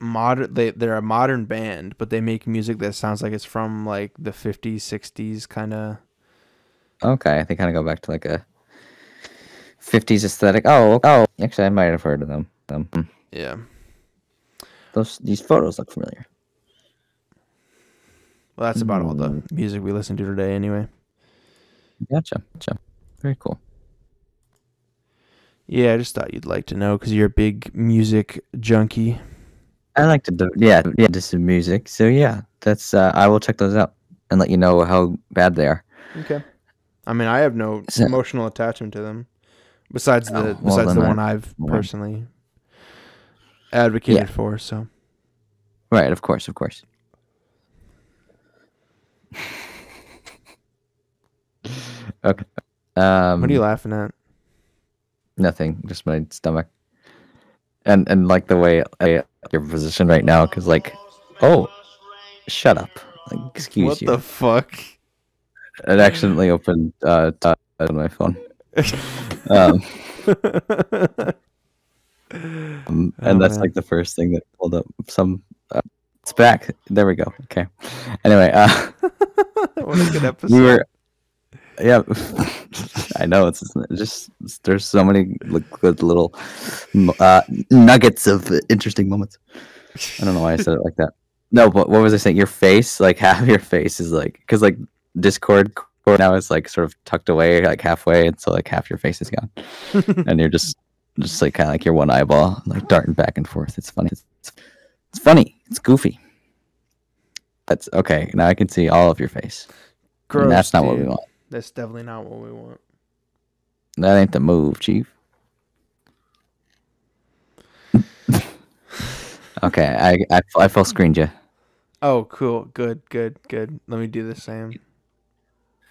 A: modern. They they're a modern band, but they make music that sounds like it's from like the fifties, sixties kind of.
B: Okay. They kind of go back to like a 50s aesthetic. Oh, oh. Actually, I might have heard of them. Um, hmm.
A: Yeah.
B: those these photos look familiar.
A: Well, that's about all the
B: Mm.
A: music we listened to today, anyway.
B: Gotcha. Gotcha. Very cool.
A: Yeah, I just thought you'd like to know because you're a big music junkie.
B: I like to do yeah, yeah, do some music. So yeah, that's uh, I will check those out and let you know how bad they are.
A: Okay. I mean, I have no
B: So-
A: emotional attachment to them, besides the
B: Oh, well,
A: besides the
B: then I-
A: one I've
B: well.
A: personally advocated for. So
B: Right, of course, of course. okay. Um
A: what are you laughing at?
B: nothing, just my stomach. And and like the way I, your position right now cuz like oh, shut up. Like, excuse
A: What
B: you.
A: the fuck?
B: it accidentally opened uh t- on my phone. Um Um,
A: Oh,
B: and that's
A: man.
B: like the first thing that pulled up some. Uh, it's back. There we go. Okay. Anyway, uh,
A: what a good episode.
B: we were. Yeah, I know. It's just, it's just it's- there's so many li- good little mo- uh, nuggets of interesting moments. I don't know why I said it like that. No, but what was I saying? Your face, like half your face is like because like Discord core now is like sort of tucked away, like halfway, and so like half your face is gone and you're just just like kind of like your one eyeball like darting back and forth it's funny it's, it's funny it's goofy that's okay now i can see all of your face
A: Gross,
B: and that's not what we
A: dude.
B: want
A: That's definitely not what we want.
B: that ain't the move chief okay I, I i full screened you
A: Oh, cool. Good, good, good. Let me do the same.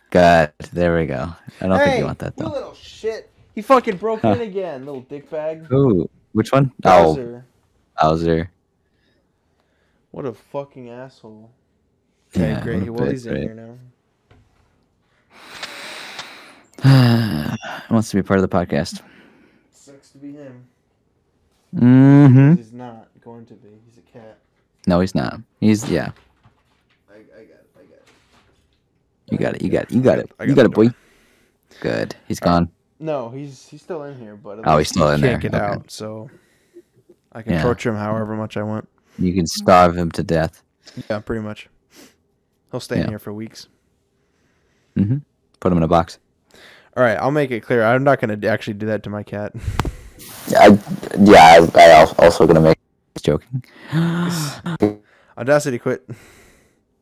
B: good there we go i don't think you want that though
A: little shit. He fucking broke
B: Huh.
A: in again, little dickbag.
B: Ooh, which one? Oh,
A: Bowser.
B: Bowser.
A: What a fucking asshole. Okay,
B: Yeah,
A: great.
B: what a
A: Well,
B: bit,
A: he's in
B: right?
A: here now.
B: wants to be part of the podcast.
A: Sucks to be him.
B: Mm-hmm.
A: He's not going to be. He's a cat.
B: No, he's not. He's yeah.
A: I, I got it. I got it.
B: You got it. You got it. You got it.
A: I got
B: You got
A: the
B: it, boy. Good. He's gone.
A: No, he's he's still in here, but uh, at
B: Oh,
A: least
B: he's still
A: he
B: in
A: can't
B: there.
A: get
B: Okay.
A: out, so I can
B: Yeah.
A: torture him however much I want.
B: You can starve him to death.
A: Yeah, pretty much. He'll stay in
B: Yeah.
A: here for weeks.
B: hmm Put him in a box.
A: All right, I'll make it clear. I'm not gonna actually do that to my cat.
B: I, yeah, I, I al- also gonna make. Joking.
A: Audacity quit.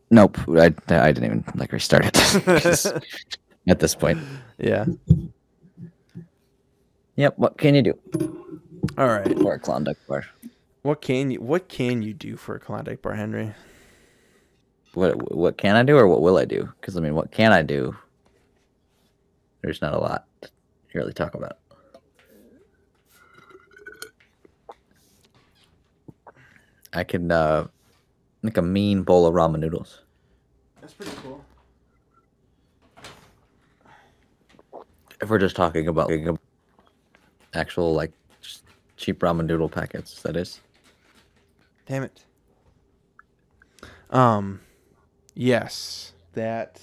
B: Nope. I, I didn't even like restart it 'Cause at this point.
A: Yeah.
B: Yep. What can you do
A: All right.
B: for a Klondike bar?
A: What can you what can you do for a Klondike bar, Henry?
B: What What can I do, or what will I do? Because I mean, what can I do? There's not a lot to really talk about. I can uh, make a mean bowl of ramen noodles.
A: That's pretty cool.
B: If we're just talking about like, actual like just cheap ramen noodle packets, that is.
A: Damn it. Um, yes, that.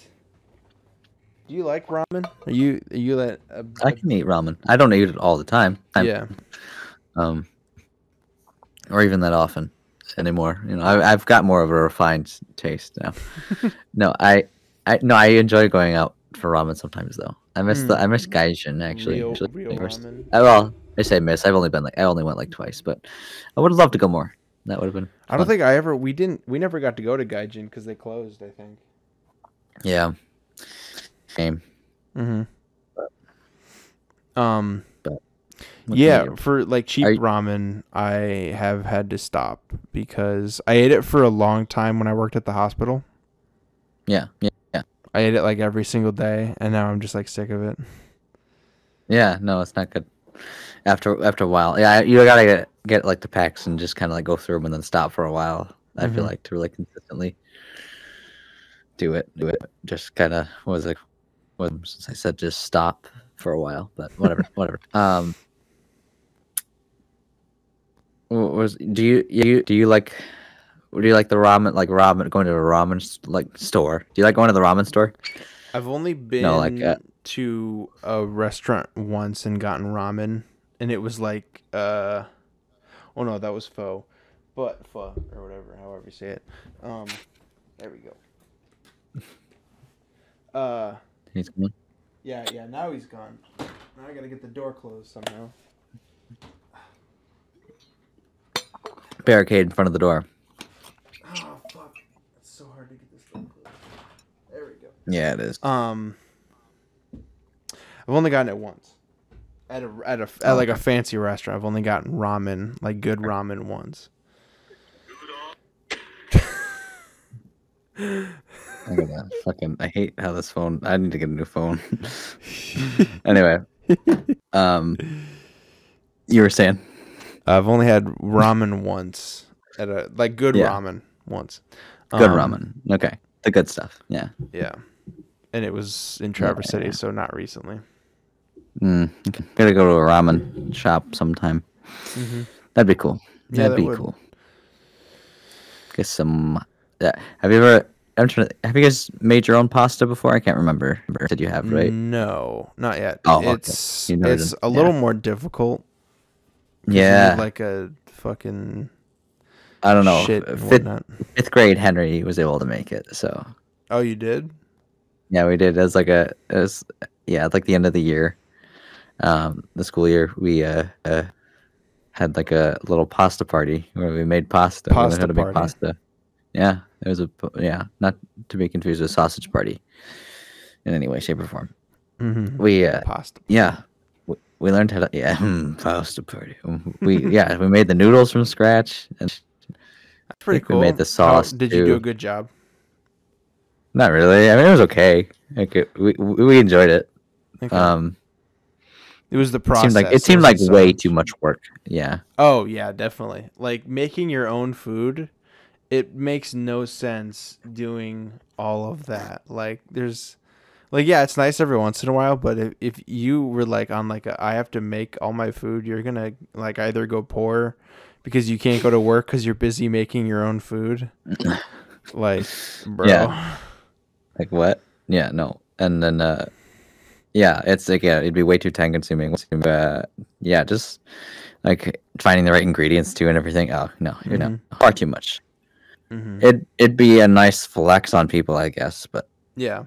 A: Do you like ramen? Are you are you that? Uh,
B: I can eat ramen. I don't eat it all the time. I'm-
A: yeah.
B: um, or even that often anymore. You know, I, I've got more of a refined s- taste now. no, I, I, no, I enjoy going out for ramen sometimes though. I miss the, I miss gaijin actually.
A: Hmm. Real,
B: usually
A: real
B: the first-
A: ramen.
B: I, well, I say miss. I've only been like, I only went like twice, but I would love to go more. That would have been.
A: I don't
B: fun.
A: think I ever. We didn't. We never got to go to Gaijin because they closed. I think.
B: Yeah. Shame.
A: Mm-hmm. Um.
B: What can you
A: yeah,
B: do?
A: for like cheap
B: Are you-
A: ramen, I have had to stop because I ate it for a long time when I worked at the hospital.
B: Yeah. Yeah.
A: I ate it like every single day, and now I'm just like sick of it.
B: Yeah, no, it's not good. After after a while, yeah, you gotta get, get like the packs and just kind of like go through them and then stop for a while. I feel
A: Mhm.
B: like to really consistently do it, do it. Just kind of what was it? What since I said just stop for a while, but whatever, whatever. Um, what was do you you do you like? Do you like the ramen? Like ramen, going to a ramen s- like store? Do you like going to the ramen store?
A: I've only been
B: No, like, uh,
A: to a restaurant once and gotten ramen, and it was like, uh, oh no, that was pho, but pho or whatever, however you say it. Um, there we go. Uh,
B: He's going,
A: yeah, yeah. Now he's gone. Now I gotta get the door closed somehow.
B: barricade in front of the door.
A: Oh fuck, it's so hard to get this door closed. There we go.
B: Yeah, it is.
A: Um, I've only gotten it once at a at a at like a fancy restaurant. I've only gotten ramen, like good ramen, once.
B: I'm gonna fucking. I hate how this phone. I need to get a new phone. anyway, um, you were saying,
A: I've only had ramen once at a like good
B: Yeah.
A: ramen once.
B: good
A: Um,
B: ramen. Okay, the good stuff. Yeah.
A: Yeah, and it was in Traverse City, so not recently.
B: Mm, okay. Gotta go to a ramen shop sometime. That'd be cool.
A: Mm-hmm. Yeah,
B: That'd
A: that
B: be
A: would.
B: cool. Get some. Yeah. Have you ever? I'm trying. To, have you guys made your own pasta before? I can't remember. Did you have
A: Mm,
B: right?
A: No, not yet.
B: Oh, okay.
A: it's
B: You know it
A: it's
B: is-
A: a little more difficult. 'cause you need,
B: Yeah.
A: like a fucking
B: I don't know.
A: shit and
B: Fifth,
A: whatnot.
B: fifth grade, Henry was able to make it. So
A: Oh, you did?
B: Yeah, we did. It was like a, it was, yeah, like the end of the year, um, the school year. We uh, uh, had like a little pasta party where we made pasta. We learned
A: Pasta
B: how to make
A: party.
B: pasta. Yeah, it was a p- yeah, not to be confused with sausage party, in any way, shape, or form.
A: Mm-hmm.
B: We uh,
A: Pasta.
B: yeah, we, we learned how to yeah mm, pasta party. Mm, We yeah, we made the noodles from scratch and
A: That's pretty
B: think
A: cool.
B: we made the
A: How-
B: sauce,
A: did you do
B: too.
A: a good job?
B: Not really. I mean, it was okay. Like it, we we enjoyed it.
A: Okay.
B: Um,
A: it was the process.
B: It seemed like it seemed like
A: wasn't so
B: way
A: much-
B: too much work. Yeah,
A: Oh yeah, definitely. Like making your own food, it makes no sense doing all of that. Like there's, like yeah, it's nice every once in a while, but if if you were like on like a, I have to make all my food, you're gonna like either go poor, because you can't go to work because you're busy making your own food. like, bro.
B: Yeah. like what? Yeah, no. And then, uh, yeah, it's like yeah, it'd be way too time consuming. Uh, yeah, just like finding the right ingredients too and everything. Oh no, you know,
A: Mm-hmm.
B: far too much.
A: Mhm.
B: It it'd be a nice flex on people, I guess, but
A: Yeah.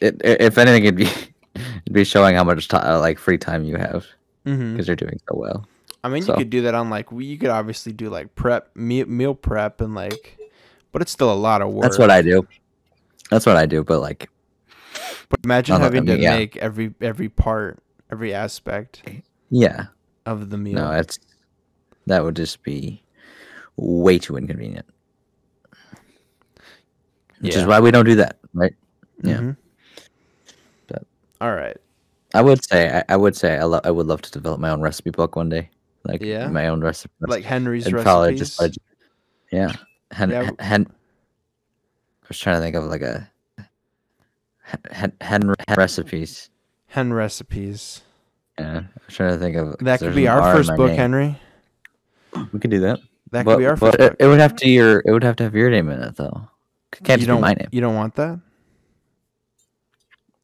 B: it, i if anything, it'd be it'd be showing how much time like free time you have
A: Mm-hmm.
B: because you're doing so well.
A: I mean,
B: So-
A: you could do that on like we- you could obviously do like prep meal, meal prep and like, but it's still a lot of work.
B: That's what I do. That's what I do. But like,
A: But imagine
B: No, no, I
A: having
B: mean,
A: to
B: yeah.
A: make every every part, every aspect.
B: Yeah.
A: of the meal.
B: No, that's that would just be way too inconvenient. Which is
A: Yeah.
B: why we don't do that, right? yeah.
A: Mhm.
B: But-
A: All right.
B: I would say I, I would say I, lo- I would love to develop my own recipe book one day, like
A: Yeah?
B: my own recipe.
A: Like Henry's
B: and
A: recipes.
B: probably just like yeah, hen,
A: Yeah.
B: hen, hen- I was trying to think of like a hen, hen, hen recipes.
A: Hen recipes.
B: Yeah, I'm trying to think of 'cause
A: That could
B: there's
A: be
B: an
A: our
B: R in
A: first
B: my
A: book,
B: name.
A: Henry.
B: We could do that.
A: That could
B: But-
A: be our
B: but
A: first book.
B: It, it would have to your it would have to have your name in it though. It can't
A: you
B: just
A: don't
B: be my name.
A: you don't want that?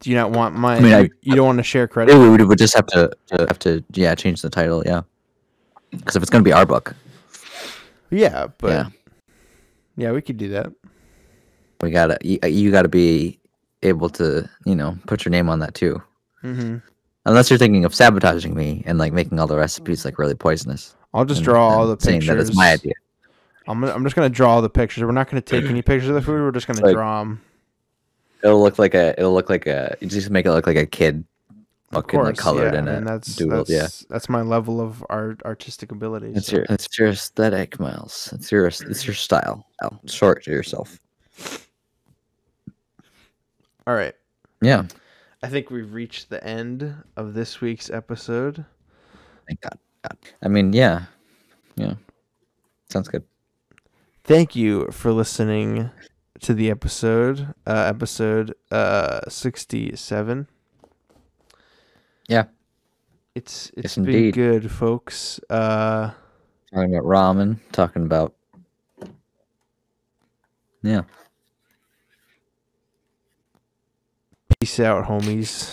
A: Do you not want my
B: I mean, I-
A: you, you don't want to share
B: It
A: credit?
B: would, it would just have to, to have to yeah change the title yeah. Because if it's gonna be our book,
A: Yeah, but
B: yeah,
A: yeah. we could do that.
B: we gotta you, uh, you gotta be able to you know put your name on that too.
A: hmm
B: Unless you're thinking of sabotaging me and like making all the recipes like really poisonous.
A: I'll just
B: and-
A: draw all
B: and
A: the
B: saying
A: pictures.
B: that it's my idea.
A: I'm gonna, I'm just gonna draw all the pictures. We're not gonna take any pictures of the food. We're just gonna 'em.
B: Like-
A: draw them.
B: It'll look like a it'll look like a you just make it look like a kid
A: Of
B: book and like
A: course,
B: colored
A: yeah.
B: in
A: I mean,
B: it.
A: that's
B: doodled,
A: that's
B: yeah.
A: that's my level of art artistic ability.
B: It's
A: so-
B: your it's your aesthetic, Miles. It's your it's your style. Al. Short to yourself.
A: All right,
B: Yeah.
A: I think we've reached the end of this week's episode.
B: Thank God. God. I mean, yeah. Yeah. Sounds good.
A: Thank you for listening to the episode, uh, episode uh, sixty-seven.
B: Yeah.
A: it's it's been
B: Yes, indeed.
A: good, folks. Uh,
B: Talking about ramen, talking about Yeah.
A: peace out, homies.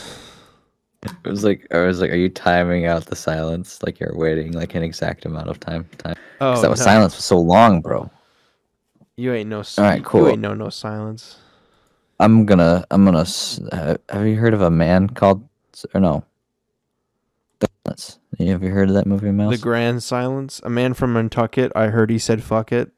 B: It was like I was like, Are you timing out the silence? Like you're waiting like an exact amount of time time.
A: Oh,
B: 'Cause that was
A: no.
B: silence was so long, bro.
A: You ain't no. s-
B: All right,
A: You
B: cool.
A: ain't no no silence.
B: I'm gonna I'm gonna s- uh, have you heard of a man called or no? Silence. Have you heard of that movie, Miles?
A: The grand silence. A man from Nantucket. I heard he said fuck it.